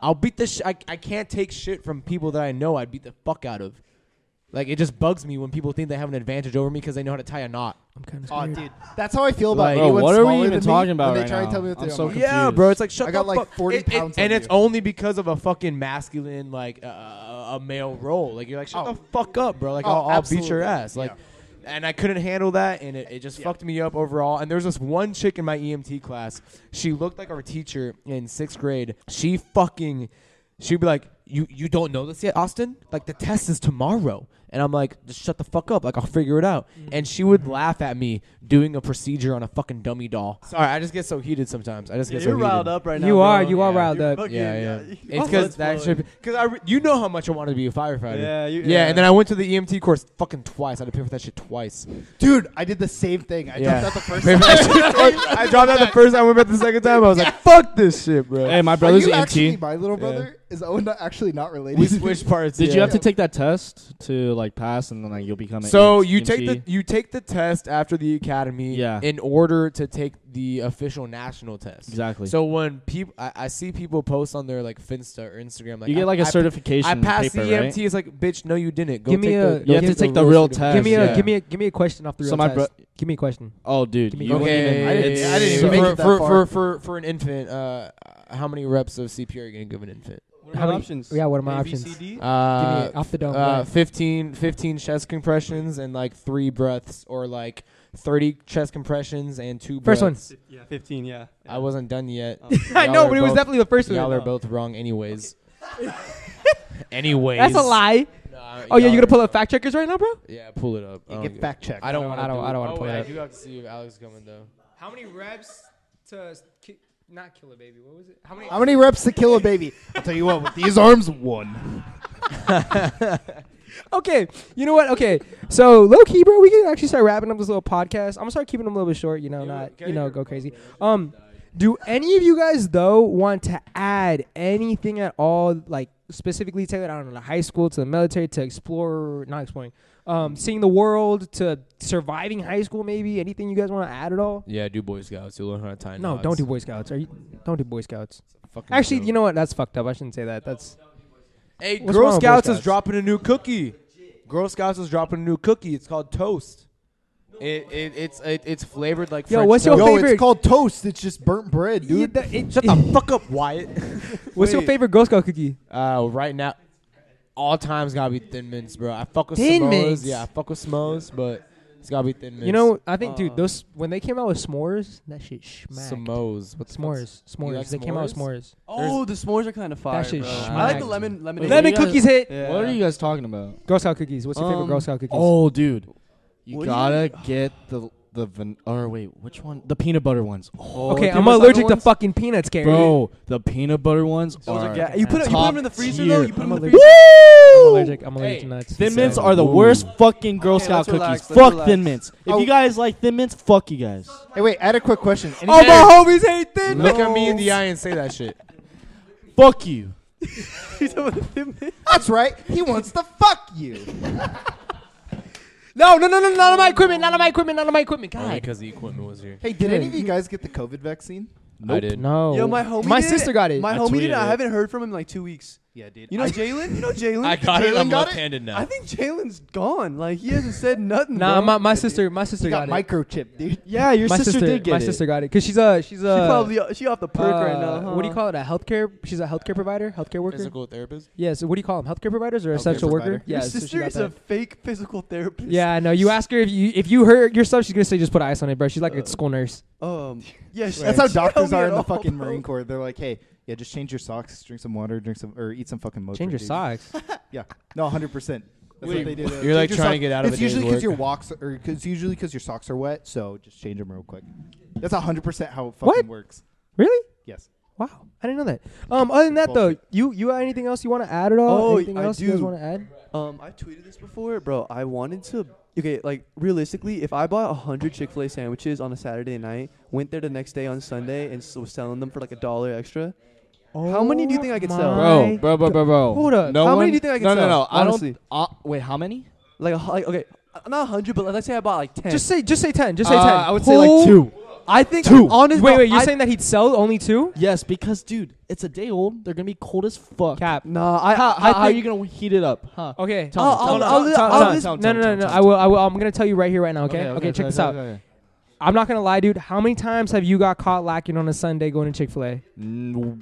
S3: I'll beat the. Sh- I I can't take shit from people that I know. I'd beat the fuck out of. Like it just bugs me when people think they have an advantage over me because they know how to tie a knot.
S1: I'm kind of
S6: Oh,
S1: scared.
S6: dude, that's how I feel about
S3: Like,
S6: anyone
S5: bro, what are we
S6: smaller
S5: even
S6: than me
S5: talking about
S6: when
S5: right
S6: they try
S5: now?
S6: to tell me what
S5: I'm
S6: they
S5: so
S6: are.
S5: confused.
S3: Oh, Yeah, bro. It's like shut
S6: I got,
S3: the
S6: like,
S3: fuck.
S6: 40
S3: It- it-
S6: pounds on
S3: and it's
S6: you.
S3: only because of a fucking masculine like uh, a male role. Like you're like shut
S6: Oh.
S3: the fuck up, bro. Like
S6: Oh,
S3: I'll, I'll beat your
S6: absolutely.
S3: ass. Like, and I couldn't handle that, and it, it just fucked me up overall. And there's this one chick in my EMT class. She looked like our teacher in sixth grade. She fucking, she'd be like, "You you don't know this yet, Austin? Like the test is tomorrow." And I'm like, just shut the fuck up. Like, I'll figure it out.
S4: Mm-hmm.
S3: And she would laugh at me doing a procedure on a fucking dummy doll. Sorry, I just get so heated sometimes. I just get so
S4: You're
S3: heated.
S4: riled up right now.
S1: You are,
S4: bro.
S1: you are
S3: Yeah.
S1: riled
S4: You're
S1: up.
S4: fucking-
S3: Yeah, yeah.
S4: you-
S3: It's because
S4: blood's
S3: that
S4: flowing.
S3: should. Because I, re- you know how much I wanted to be a firefighter.
S4: Yeah, you-
S3: yeah. And then I went to the EMT course fucking twice. I had to pay for that shit twice.
S6: Dude, I did the same thing. I
S3: Yeah.
S6: dropped out the first
S3: Pay for
S6: time.
S3: that shit twice. I dropped out the first time. I went back the second time. I was like, fuck this shit, bro.
S5: Hey, my
S6: Are
S5: brother's E
S6: you
S5: an
S6: actually
S5: MT.
S6: my little brother? Is Owen not actually not related?
S3: we switched parts.
S5: Did
S3: yeah.
S5: you have to take that test to like pass, and then like you'll become? an E
S3: So
S5: EMT?
S3: you take the you take the test after the academy.
S5: Yeah.
S3: In order to take the official national test.
S5: exactly.
S3: So when people, I, I see people post on their like Finsta or Instagram, like
S5: you get like
S3: a
S5: a certification
S3: I passed
S5: paper,
S3: the EMT.
S5: right?
S3: It's like, bitch, no, you didn't. Go
S1: Give me
S3: take
S1: a-
S3: The,
S1: you
S3: go
S1: have to
S5: take the real
S3: certificate.
S5: test,
S1: Give me a
S5: yeah.
S1: give me a give me a question off the real
S5: So my
S1: test.
S5: bro-
S1: give me a question.
S5: oh, dude,
S1: Give me-
S5: you wouldn't
S1: Okay.
S5: even-
S3: I didn't,
S6: I didn't
S3: so
S6: even make
S3: for,
S6: it that
S3: for,
S6: far.
S3: for for for an infant. Uh, how many reps of CPR are you gonna give an infant?
S4: What are
S1: How
S4: my
S1: many-
S4: options?
S1: yeah, what are my
S4: A, B,
S1: options?
S4: C, D?
S3: Uh,
S1: give me off the dome.
S3: uh,
S1: right.
S3: 15, 15 chest compressions and like three breaths, or like thirty chest compressions and two.
S1: First one.
S3: breaths.
S4: Yeah, 15, yeah.
S3: I wasn't done yet.
S4: Oh.
S1: I
S3: Y'all
S1: know,
S3: are
S1: but it was
S3: both-
S1: definitely the first one.
S3: Y'all are both wrong, anyways. anyways,
S1: That's a lie.
S3: Nah,
S1: Oh yeah,
S3: y'all
S1: you're gonna
S3: are-
S1: pull up fact checkers right now, bro?
S3: Yeah, pull it up. I
S6: You
S3: don't
S6: get
S3: give-
S6: fact checked.
S3: I don't want.
S1: I don't- I don't wanna
S3: oh,
S1: pull
S3: wait,
S1: it
S3: I
S1: up.
S3: do have to see if Alex is coming though.
S1: How many reps to ki- not kill a baby? What was it? How many?
S6: How many reps to kill a baby? I'll tell you what, with these arms, one.
S1: Okay, you know what? Okay, so low key, bro, we can actually start wrapping up this little podcast. I'm gonna start keeping them a little bit short. You know, not you know go crazy. Um, do any of you guys though want to add anything at all, like specifically tailored? I don't know, to high school, to the military, to explore, not exploring, um, seeing the world, to surviving high school, maybe anything you guys want to add at all?
S3: Yeah, do Boy Scouts. You learn how to tie
S1: No, don't do Boy Scouts. Are you? Don't do Boy Scouts.
S3: Fucking
S1: Actually,
S3: joke.
S1: you know what? That's fucked up. I shouldn't say that. That's
S3: Hey,
S1: What's
S3: Girl
S1: wrong with Boy
S3: Scouts is
S1: Scouts?
S3: dropping a new cookie. Girl Scouts is dropping a new cookie. It's called Toast. It, it it's it, it's flavored like
S1: Yo,
S3: French
S1: what's your
S3: toast.
S6: Yo,
S1: favorite-
S6: it's called toast. It's just burnt bread, dude.
S1: Yeah, that- it-
S3: Shut the fuck up, Wyatt.
S1: What's your
S3: Wait.
S1: favorite Girl Scout cookie?
S3: Uh, right now, all times gotta be Thin Mints, bro. I fuck with
S1: Thin
S3: Samoas.
S1: Mints?
S3: Yeah, I fuck with Samoas, but it's gotta be Thin Mints.
S1: You know, I think,
S4: Uh,
S1: dude, those when they came out with s'mores, that shit smacked.
S3: Samoas. What the fuck's-
S1: S'mores, s'mores.
S3: like
S1: they came out with s'mores.
S3: s'mores?
S4: Oh, the s'mores are kind of fire.
S1: shit
S4: bro. I
S1: smacked.
S4: like the lemon lemonade.
S5: Wait,
S1: Lemon
S5: what are you
S1: cookies hit.
S4: Yeah.
S5: What are you guys talking about?
S1: Girl Scout cookies. What's your favorite Girl
S4: Um,
S1: Scout cookies?
S5: Oh, dude, you
S4: What do you-
S5: gotta get the the van- or wait, which one? The peanut butter ones. Oh,
S1: okay,
S5: dude,
S1: I'm
S5: those other
S1: allergic to
S5: ones-
S1: fucking peanuts, Gary.
S5: Bro, the peanut butter ones
S4: Those
S5: are.
S4: are ga- you put it, you put them in the
S5: top
S4: freezer
S5: tier.
S4: though. You put them
S1: I'm
S4: in the
S1: allergic.
S4: freezer.
S1: I'm
S5: Woo!
S1: allergic. I'm allergic to nuts.
S5: Thin
S1: It's
S5: mints
S1: sad.
S5: are the worst fucking Girl
S4: Okay,
S5: Scout
S4: let's
S5: cookies.
S4: relax, let's
S5: Fuck
S4: relax.
S5: thin mints. If
S6: Oh.
S5: you guys like thin mints, fuck you guys.
S6: Hey, wait, I had a quick question. Any-
S1: Oh, my homies hate thin mints.
S3: Look at me in the eye and say that shit.
S5: Fuck you.
S6: That's right. He wants to fuck you.
S1: No, no, no, no, not on my equipment. Not on my equipment. Not on my equipment.
S3: Only
S1: God.
S3: because the equipment was here.
S6: Hey, did any of you guys get the COVID vaccine?
S3: I did.
S1: No.
S4: Yo, my homie.
S1: Oh. My
S4: did
S1: sister got it.
S4: My
S5: I
S4: homie did. it.
S5: tweeted
S4: I
S5: it.
S4: haven't heard from him in like two weeks.
S6: Yeah, dude.
S4: You know Jalen? You know Jalen?
S3: I got it.
S6: Jalen
S3: I'm
S6: got it?
S3: left-handed now.
S4: I think Jalen's gone. Like he hasn't said nothing.
S1: Nah,
S4: bro.
S1: my, my sister. My sister
S6: you got,
S1: got, it.
S6: microchip, dude.
S5: Yeah, your
S1: my
S5: sister, did get
S1: my
S5: it.
S1: sister got it because she's a she's
S4: She
S1: a
S4: probably she off the perk right now.
S1: uh,
S4: Huh?
S1: What do you call it? A healthcare? She's a healthcare provider, healthcare worker.
S3: Physical therapist.
S1: Yeah. So what do you call them? Healthcare providers or essential worker?
S6: provider.
S1: Yeah.
S4: Your
S1: so she
S4: sister
S1: got
S4: is
S1: that.
S4: a fake physical therapist.
S1: Yeah, no. You ask her if you if you hurt yourself, she's gonna say just put ice on it, bro. She's
S4: Uh,
S1: like a school nurse.
S4: Um. Yeah. she-
S6: That's how
S4: she helped
S6: doctors
S4: me
S6: are
S4: at
S6: in the
S4: all,
S6: fucking
S4: bro.
S6: Marine Corps. They're like, hey, yeah, just change your socks, drink some water, drink some, or eat some fucking mojo.
S1: Change your
S6: dude.
S1: socks.
S6: Yeah. No, 100%. That's what they do. They're
S3: you're, like, trying to
S6: "Change your socks."
S3: get out of
S6: It's
S3: a day's
S6: usually because
S3: work.
S6: your walks, or it's usually because your socks are wet, so just change them real quick. That's 100% how it fucking
S1: What?
S6: works.
S1: really?
S6: Yes.
S1: Wow, I didn't know that. Um, other than that though, you you got anything else you want to add at all?
S4: Oh,
S1: anything
S4: I
S1: else you guys
S4: do.
S1: want to add?
S4: Um, I tweeted this before, bro. I wanted to. Okay, like realistically, if I bought a hundred Chick Fil A sandwiches on a Saturday night, went there the next day on Sunday, and s- was selling them for like a dollar extra, How many do you think I could sell?
S1: Oh my
S5: Bro, bro, bro, bro, bro.
S1: Hold up.
S5: No
S4: How
S5: one,
S4: many do you think I can
S5: no, No,
S4: sell,
S5: no, no. I
S4: honestly?
S5: don't. Uh, wait, how many?
S4: Like, a hu- like okay, uh, not hundred, but let's say I bought like ten.
S1: Just say, just say ten. Just say ten.
S5: Uh, I would say like two.
S4: I think
S5: Two.
S4: Honestly,
S1: Wait, wait. You're saying that he'd sell only two?
S5: Yes, because dude, it's a day old. They're gonna be cold as fuck.
S1: Cap.
S4: Nah, I.
S5: How,
S4: I,
S5: how,
S4: I-
S5: are you gonna heat it up? Huh?
S1: Okay.
S5: Tell me,
S4: I'll-
S5: tell me,
S4: I'll-
S5: tell
S4: I'll-
S5: me, tell me,
S4: I'll
S5: tell me,
S4: list-
S5: tell me,
S1: No,
S5: tell
S1: no,
S5: me,
S1: no,
S5: tell
S1: no.
S5: me,
S1: I will. I will. I'm gonna tell you right here, right now. Okay.
S5: tell me.
S1: Okay. check this out. I'm not gonna lie, dude. How many times have you got caught lacking on a Sunday going to Chick Fil A?
S5: Mm,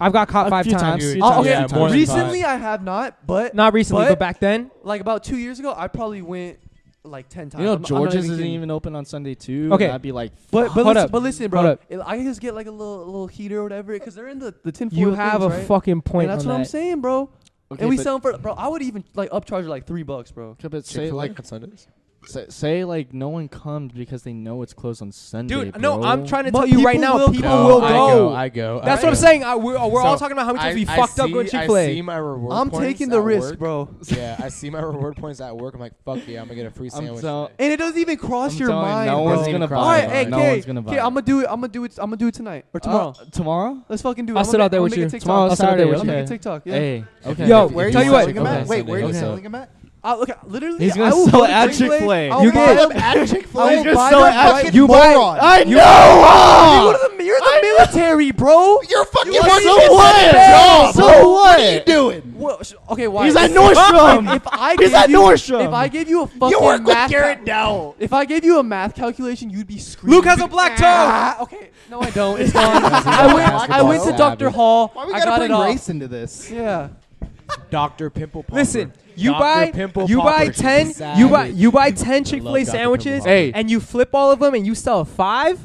S1: I've got caught
S5: A
S1: five
S5: few
S1: times.
S5: times.
S4: I'll- okay,
S3: Yeah, more than
S4: recently I have not, but
S1: Not recently,
S4: But-
S1: but, back then.
S4: like about two years ago, I probably went like ten times.
S5: You know,
S4: I'm- I'm not
S5: George's
S4: even
S5: isn't
S4: kidding.
S5: even open on Sunday too.
S1: Okay.
S5: and I'd be like,
S4: But but
S1: Hold
S4: listen,
S1: up.
S4: but listen,
S1: Hold
S4: bro.
S1: up.
S4: It- I can just get like a little little heater or whatever because they're in the the tin foil.
S1: You have
S4: things,
S1: a
S4: right?
S1: fucking point
S4: And that's
S1: on
S4: what I'm
S1: that.
S4: saying, bro.
S5: okay,
S4: and we
S5: but-
S4: sell 'em for bro. I would even like upcharge you, like three bucks, bro.
S5: okay, but say like,
S3: Sundays.
S5: say, say like no one comes because they know it's closed on Sunday.
S1: Dude, no,
S5: bro.
S1: I'm trying to
S4: But
S1: tell you right
S4: people
S1: now,
S4: will
S1: people
S4: go.
S1: will go.
S3: I go. I go.
S1: That's
S3: I
S1: what I'm
S3: go.
S1: saying. I, we're we're all
S3: So,
S1: talking about how many times
S3: I-
S1: we
S3: I
S1: fucked up
S3: see-
S1: going Chick Fil
S3: I see
S1: A.
S3: my reward
S4: I'm
S3: points
S4: taking the
S3: at
S4: risk,
S3: work.
S4: bro.
S3: yeah, I see my reward points at work. I'm like, fuck yeah, I'm gonna get a free
S5: I'm
S3: sandwich.
S5: so-
S3: today.
S4: And it doesn't even cross
S5: I'm
S4: your
S5: telling you,
S4: mind,
S5: no
S4: bro.
S5: one's gonna
S4: All
S5: buy
S4: right,
S5: it.
S4: hey,
S5: No
S4: K,
S5: one's gonna buy
S4: K,
S5: it.
S4: I'm gonna do it. I'm gonna do it. I'm gonna do it tonight or tomorrow.
S5: Uh, tomorrow.
S4: Let's fucking do it.
S1: I'll
S4: I'm
S1: sit
S4: gonna-
S1: out there
S4: I'm
S1: with
S4: gonna
S1: you.
S4: make a TikTok.
S5: Tomorrow's
S4: I'll
S5: Saturday,
S4: make a
S5: okay.
S4: TikTok. Yeah.
S5: Hey, okay.
S1: Yo,
S3: Where are
S1: tell
S3: you
S1: you what.
S3: selling them at?
S6: Wait, where are you
S3: Okay.
S6: selling them at?
S4: I, look, I- literally,
S5: He's gonna
S4: I will
S5: sell
S4: go
S5: it
S4: to
S5: at
S4: Chick-fil-A.
S5: Chick-fil-A.
S4: I'll
S1: You
S4: buy
S1: get-
S4: them
S6: At Chick Fil
S4: I
S6: A.
S4: will buy them at Chick-
S1: You buy-
S6: I
S1: You
S4: You're the, you're the military, bro.
S6: You're fucking
S4: You
S6: working
S4: so
S6: at
S4: what?
S6: Chick-fil-A,
S4: Yeah,
S6: bro. So what? are you
S5: what?
S6: doing?
S4: What, sh- okay, why?
S5: He's at Nordstrom.
S4: If I
S5: He's
S4: gave
S5: at
S4: you,
S5: Nordstrom.
S4: If I gave you a fucking
S6: You work with
S4: math cal-
S6: Garrett Dowell.
S4: if I gave you a math calculation, you'd be screaming.
S1: Luke has a black toe.
S4: Ah, okay, no, I don't. It's fine. I went. I
S3: basketball
S4: went to
S3: savage.
S4: Doctor Hall.
S6: Why we
S4: I
S6: gotta
S4: got it
S6: bring
S4: all.
S6: race into this?
S4: Yeah.
S3: Doctor Pimple. Popper.
S1: Listen, you
S3: Dr.
S1: buy
S3: Pimple
S1: you buy
S3: Popper. She's
S1: ten
S3: savage.
S1: you buy you buy ten Chick Fil A
S3: Dr. Pimple
S1: sandwiches,
S3: Popper.
S5: Hey.
S1: and you flip all of them, and you sell five.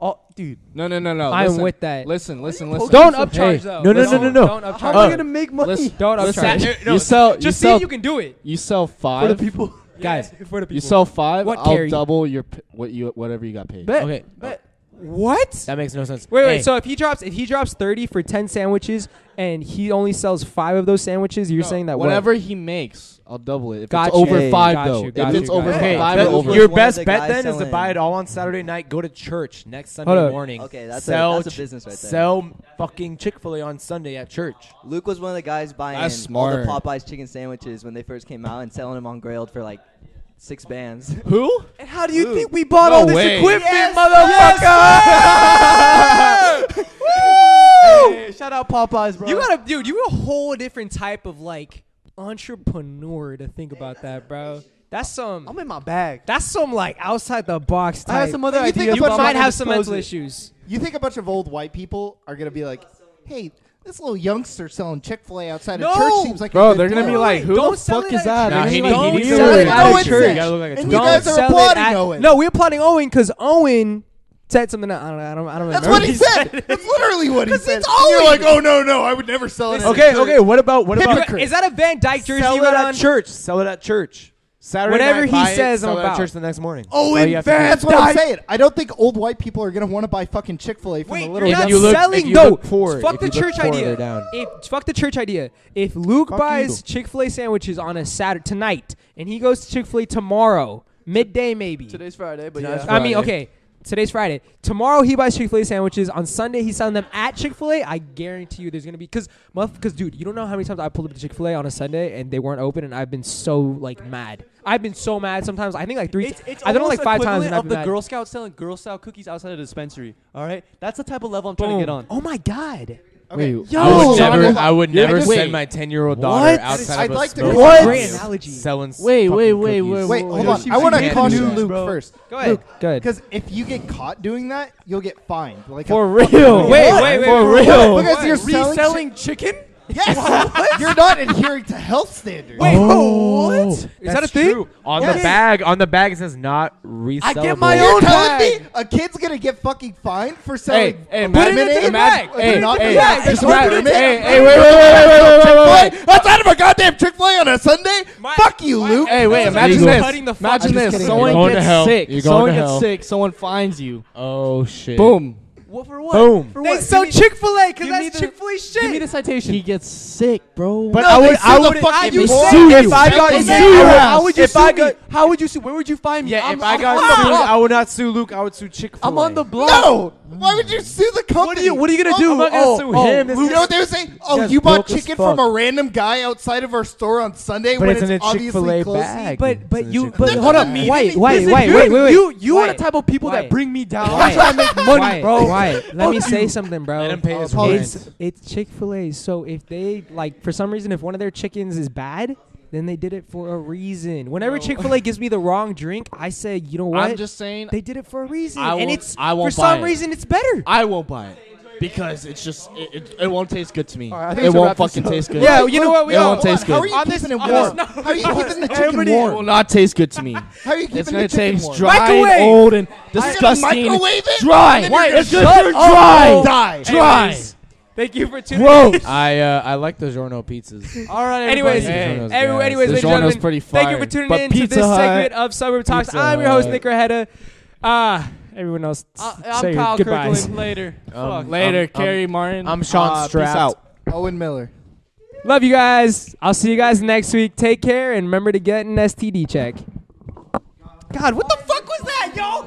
S4: Oh, dude.
S5: No, no, no, no.
S1: I am
S5: listen.
S1: with that.
S5: Listen, listen,
S4: poking
S5: listen.
S1: Don't
S4: Hey,
S1: upcharge though.
S5: no, no, no,
S1: Don't-
S5: no, no.
S1: Don't
S4: How am I
S1: upcharge.
S4: gonna make money
S5: Listen,
S1: Don't
S5: listen.
S1: upcharge.
S5: You sell, you
S1: Just see
S5: sell,
S1: if you can do it,
S5: you sell
S4: for the
S5: five.
S4: people?
S5: Guys,
S1: Yeah, for the people.
S5: You sell five.
S1: What,
S5: I'll
S1: Carrie?
S5: double your p- what you whatever you got paid.
S4: Bet.
S3: Okay.
S4: Bet.
S1: what?
S3: That makes no sense.
S1: Wait, wait.
S3: Hey,
S1: So if he drops, if he drops thirty for ten sandwiches, and he only sells five of those sandwiches, you're
S5: No,
S1: saying that what?
S5: whatever he makes, I'll double it. If
S1: Got
S5: it's
S1: you.
S5: over
S1: Hey,
S5: five
S1: got
S5: though,
S1: you,
S5: if
S1: got
S5: it's
S1: you,
S5: over
S1: got
S3: Hey,
S1: you.
S5: five
S3: that-
S5: or over,
S3: your
S7: One of
S3: best
S7: the
S3: bet
S7: guys
S3: then is to
S7: selling-
S3: buy it all on Saturday night. Go to church next
S1: Hold
S3: Sunday
S1: up.
S3: morning.
S7: Okay, that's a-
S3: sell
S7: that's a
S3: ch-
S7: business right there.
S3: Sell fucking Chick Fil A on Sunday at church.
S7: Luke was one of the guys buying
S5: That's
S7: all the
S5: smart.
S7: Popeyes chicken sandwiches when they first came out and selling them on Grailed for like six bands.
S5: who?
S4: And how do you think we bought all
S5: No
S4: this
S5: way.
S4: equipment,
S7: Yes,
S4: motherfucker? Woo! Hey, shout out Popeyes, bro.
S1: You gotta, dude. You a whole different type of like entrepreneur to think about that, bro. That's some.
S4: I'm in my bag.
S1: That's some like outside the box type.
S4: I have some other
S6: You think
S4: ideas.
S1: You
S6: about
S4: but I'm
S1: might
S6: to
S4: not
S1: have some
S4: gonna
S1: mental
S4: disclose it.
S1: issues.
S6: You think a bunch of old white people are gonna be like, "Hey, this little youngster selling Chick Fil A outside
S1: No!
S6: of church seems like
S5: Bro,
S6: a good
S5: they're gonna
S6: deal."
S5: be like, who
S1: Don't
S5: the
S1: sell
S5: fuck
S1: it
S5: is
S1: at church.
S5: that? They're
S3: Nah,
S5: gonna
S3: he
S5: be
S3: need-
S5: like,
S3: he
S5: "Who
S3: needs
S5: is
S3: to
S5: that?"
S3: sell it
S6: out
S3: out of
S6: of
S3: church.
S6: church.
S3: You gotta look like a
S6: And
S3: tool.
S6: you guys are
S1: sell it
S6: applauding
S1: at-
S6: Owen.
S1: No, we're applauding Owen because Owen said something. That, I don't. I don't. I don't
S6: That's
S1: remember.
S6: what he said. That's literally what he said.
S1: it's
S6: And you're
S1: always-
S6: like, "Oh no, no, I would never sell it." at
S3: Okay,
S6: church."
S3: okay. What about what about
S1: Is that a Van Dyke jersey
S3: sell
S1: you
S3: it
S1: had
S3: at
S1: on?
S3: church? Sell it at church. Saturday
S1: Whatever
S3: night,
S1: he
S3: buy it,
S1: says,
S3: sell
S1: I'm
S3: it
S1: about.
S3: at church the next morning.
S6: Oh,
S3: That's all
S6: and
S3: you have to do.
S6: that's what
S1: Dice.
S6: I'm saying. I don't think old white people are gonna want to buy fucking Chick Fil A from
S1: Wait,
S6: a
S1: you're
S6: little.
S1: not
S3: young- look-
S1: selling.
S3: if you
S1: no,
S3: look poor,
S1: fuck
S3: if
S1: the
S3: you look
S1: church
S3: poor,
S1: idea.
S3: they're down.
S1: If fuck the church idea. If Luke
S3: Fuck
S1: buys
S3: you.
S1: Chick Fil A sandwiches on a Saturday tonight, and he goes to Chick Fil A tomorrow midday, maybe.
S4: Today's Friday, but
S3: Today's
S4: yeah.
S1: I mean,
S3: Friday.
S1: okay. Today's Friday. Tomorrow he buys Chick Fil A sandwiches. On Sunday he's selling them at Chick Fil A. I guarantee you, there's gonna be because because dude, you don't know how many times I pulled up to Chick Fil A on a Sunday and they weren't open, and I've been so like mad. I've been so mad sometimes. I think like three.
S4: It's, it's
S1: I've done it like
S4: almost
S1: five times.
S4: equivalent
S1: And I've
S4: of
S1: been
S4: the
S1: mad.
S4: Girl Scouts selling Girl Scout cookies outside a dispensary. All right, that's the type of level I'm trying
S1: Boom.
S4: to get on.
S1: Oh my god.
S6: Okay.
S5: Wait,
S1: Yo!
S3: I would
S1: Son
S3: never,
S5: of a-
S3: I would
S5: You're
S3: never
S5: just-
S3: send
S5: wait.
S3: my ten-year-old daughter
S5: What?
S3: outside of
S6: I'd
S3: a
S6: like to-
S3: smoke
S6: What?
S1: Great
S3: shop
S1: analogy.
S3: selling. s-
S5: Wait, wait,
S3: fucking
S5: wait,
S3: cookies.
S6: Wait, hold on.
S4: she-
S6: I want
S4: she
S6: to
S4: can't
S6: caution
S4: do
S6: Luke
S4: that.
S6: first.
S1: Go ahead. Go ahead.
S6: Because if you get caught doing that, you'll get fined. Like a
S5: For real?
S1: Wait, wait, wait,
S5: For
S1: wait,
S5: real?
S6: Because you're selling
S4: Reselling chicken?
S6: Yes, you're not adhering to health standards.
S4: Wait,
S3: Oh,
S4: what? Is that a
S3: That's
S4: thing?
S3: true. On
S4: Yes.
S3: the bag, on the bag it says not resellable.
S4: I get my
S6: You're
S4: own
S6: telling
S4: bag.
S6: me a kid's gonna get fucking fined for
S5: Hey,
S6: selling
S5: hey,
S6: a
S5: imagine,
S6: lemonade?
S5: imagine,
S6: Like,
S5: hey,
S6: you're not
S5: hey,
S6: gonna get
S5: just
S6: fined.
S5: imagine-
S6: Open it
S5: hey,
S6: up.
S5: hey, wait, wait, wait, wait, wait, wait, wait,
S6: Chick-fil-A? Outside of a goddamn Chick-fil-A on a Sunday? Fuck you, Luke.
S5: Hey, wait,
S1: Those are
S5: imagine
S1: people
S5: this.
S1: cutting the fuck-
S5: imagine
S1: I'm just
S5: this.
S1: kidding.
S5: Someone
S3: You're going oh, to
S5: gets
S3: hell.
S5: sick.
S3: You're going
S5: someone
S3: to
S5: gets
S3: hell.
S5: sick. Someone finds you.
S3: Oh shit!
S5: Boom.
S4: What for what?
S3: Boom.
S4: For
S1: They
S4: what?
S1: sell
S4: Give me-
S1: Chick Fil A because
S4: give me
S1: that's
S4: the-
S1: Chick Fil A shit.
S4: Give me the citation.
S5: He gets sick, bro.
S6: But I would, I would,
S4: fucking
S5: They
S4: you
S5: sue
S4: sue
S5: you.
S4: If I
S5: They
S4: got
S5: sue
S4: sued,
S5: your
S4: how
S5: ass.
S4: would you
S3: If
S4: sue
S3: I
S4: me?
S3: got-
S4: How would you sue? Where would you find me?
S3: Yeah,
S4: I'm,
S3: if I
S4: I'm
S3: got
S4: on the
S3: sued,
S4: block.
S3: I would not sue Luke. I would sue Chick Fil A.
S4: I'm on the block.
S6: no, Why would you sue the company?
S4: What are you? What are you gonna do?
S1: I'm not gonna
S4: oh,
S1: sue
S4: oh,
S1: him. This
S6: You
S1: guy-
S6: know what they would say? Oh,
S1: guy's
S6: you bought
S1: broke as
S6: chicken
S1: fuck.
S6: from a random guy outside of our store on Sunday
S3: But
S6: when
S3: it's in a
S6: obviously
S3: Chick-fil-A
S6: closing.
S3: bag.
S1: But but
S3: It's
S1: you
S3: in
S1: but
S3: Chick-fil-A.
S1: hold up,
S6: That's
S1: wait
S6: amazing.
S1: wait
S4: Listen,
S1: wait
S4: you-
S1: wait wait wait.
S4: You you are
S1: Wyatt.
S4: the type of people
S1: Wyatt.
S4: that bring me down.
S1: Wyatt.
S4: I'm trying to make money,
S1: Wyatt,
S4: bro.
S1: Wyatt, let me
S4: Fuck
S1: say
S4: you.
S1: something, bro.
S3: Let him pay his
S6: Apologies.
S3: rent.
S1: It's it's Chick Fil A. So if they like for some reason, if one of their chickens is bad, then they did it for a reason. Whenever Chick Fil A gives me the wrong drink, I say, you know what?
S5: I'm just saying,
S1: they did it for a reason,
S5: I
S1: and
S5: won't-
S1: it's
S5: I won't
S1: for some
S5: buy it.
S1: reason it's better.
S5: I won't buy it because it's just it, it, it won't taste good to me.
S2: right, I think we
S5: it
S2: should
S5: won't
S2: wrap this
S5: fucking
S2: up.
S5: taste good.
S1: Yeah, you know what? We
S5: It
S1: all-
S5: won't taste
S6: How
S5: good.
S6: are you
S5: It
S1: On this-
S6: keeping it
S1: on this
S6: warm? How are you keeping the chicken
S4: Everybody-
S6: warm?
S5: will not taste good to me.
S6: How are you keeping
S5: It's
S6: the
S5: gonna
S6: chicken
S5: taste
S6: warm?
S5: dry
S1: Microwave!
S5: and old and
S6: gonna
S5: disgusting.
S6: microwave it,
S5: Dry.
S6: and then you're gonna
S5: it's good
S6: shut
S5: for
S6: up.
S5: dry.
S6: Die.
S5: Dry.
S1: Thank you for tuning.
S5: Gross.
S3: I uh, I like the Giorno pizzas.
S1: All right, anyways,
S3: everybody. Hey.
S1: every-
S3: Giorno's gas.
S1: anyways,
S3: The
S1: ladies and
S5: Giorno's
S1: gentlemen,
S5: pretty
S1: thank you
S5: fire.
S1: for tuning
S5: But
S1: in to
S5: Pizza
S1: this
S5: Hut-
S1: segment of Suburb Talks.
S3: Pizza
S1: I'm your host,
S3: Hut.
S1: Nick Rahetta.
S5: Uh,
S1: Ah, everyone else, say your goodbyes.
S4: Later.
S3: Um,
S5: Later,
S3: I'm-
S5: Carrie Martin.
S3: I'm Sean
S5: Uh, peace
S3: Strapped.
S5: out.
S6: Owen Miller.
S1: Love you guys. I'll see you guys next week. Take care and remember to get an STD check. God, what the fuck was that, yo?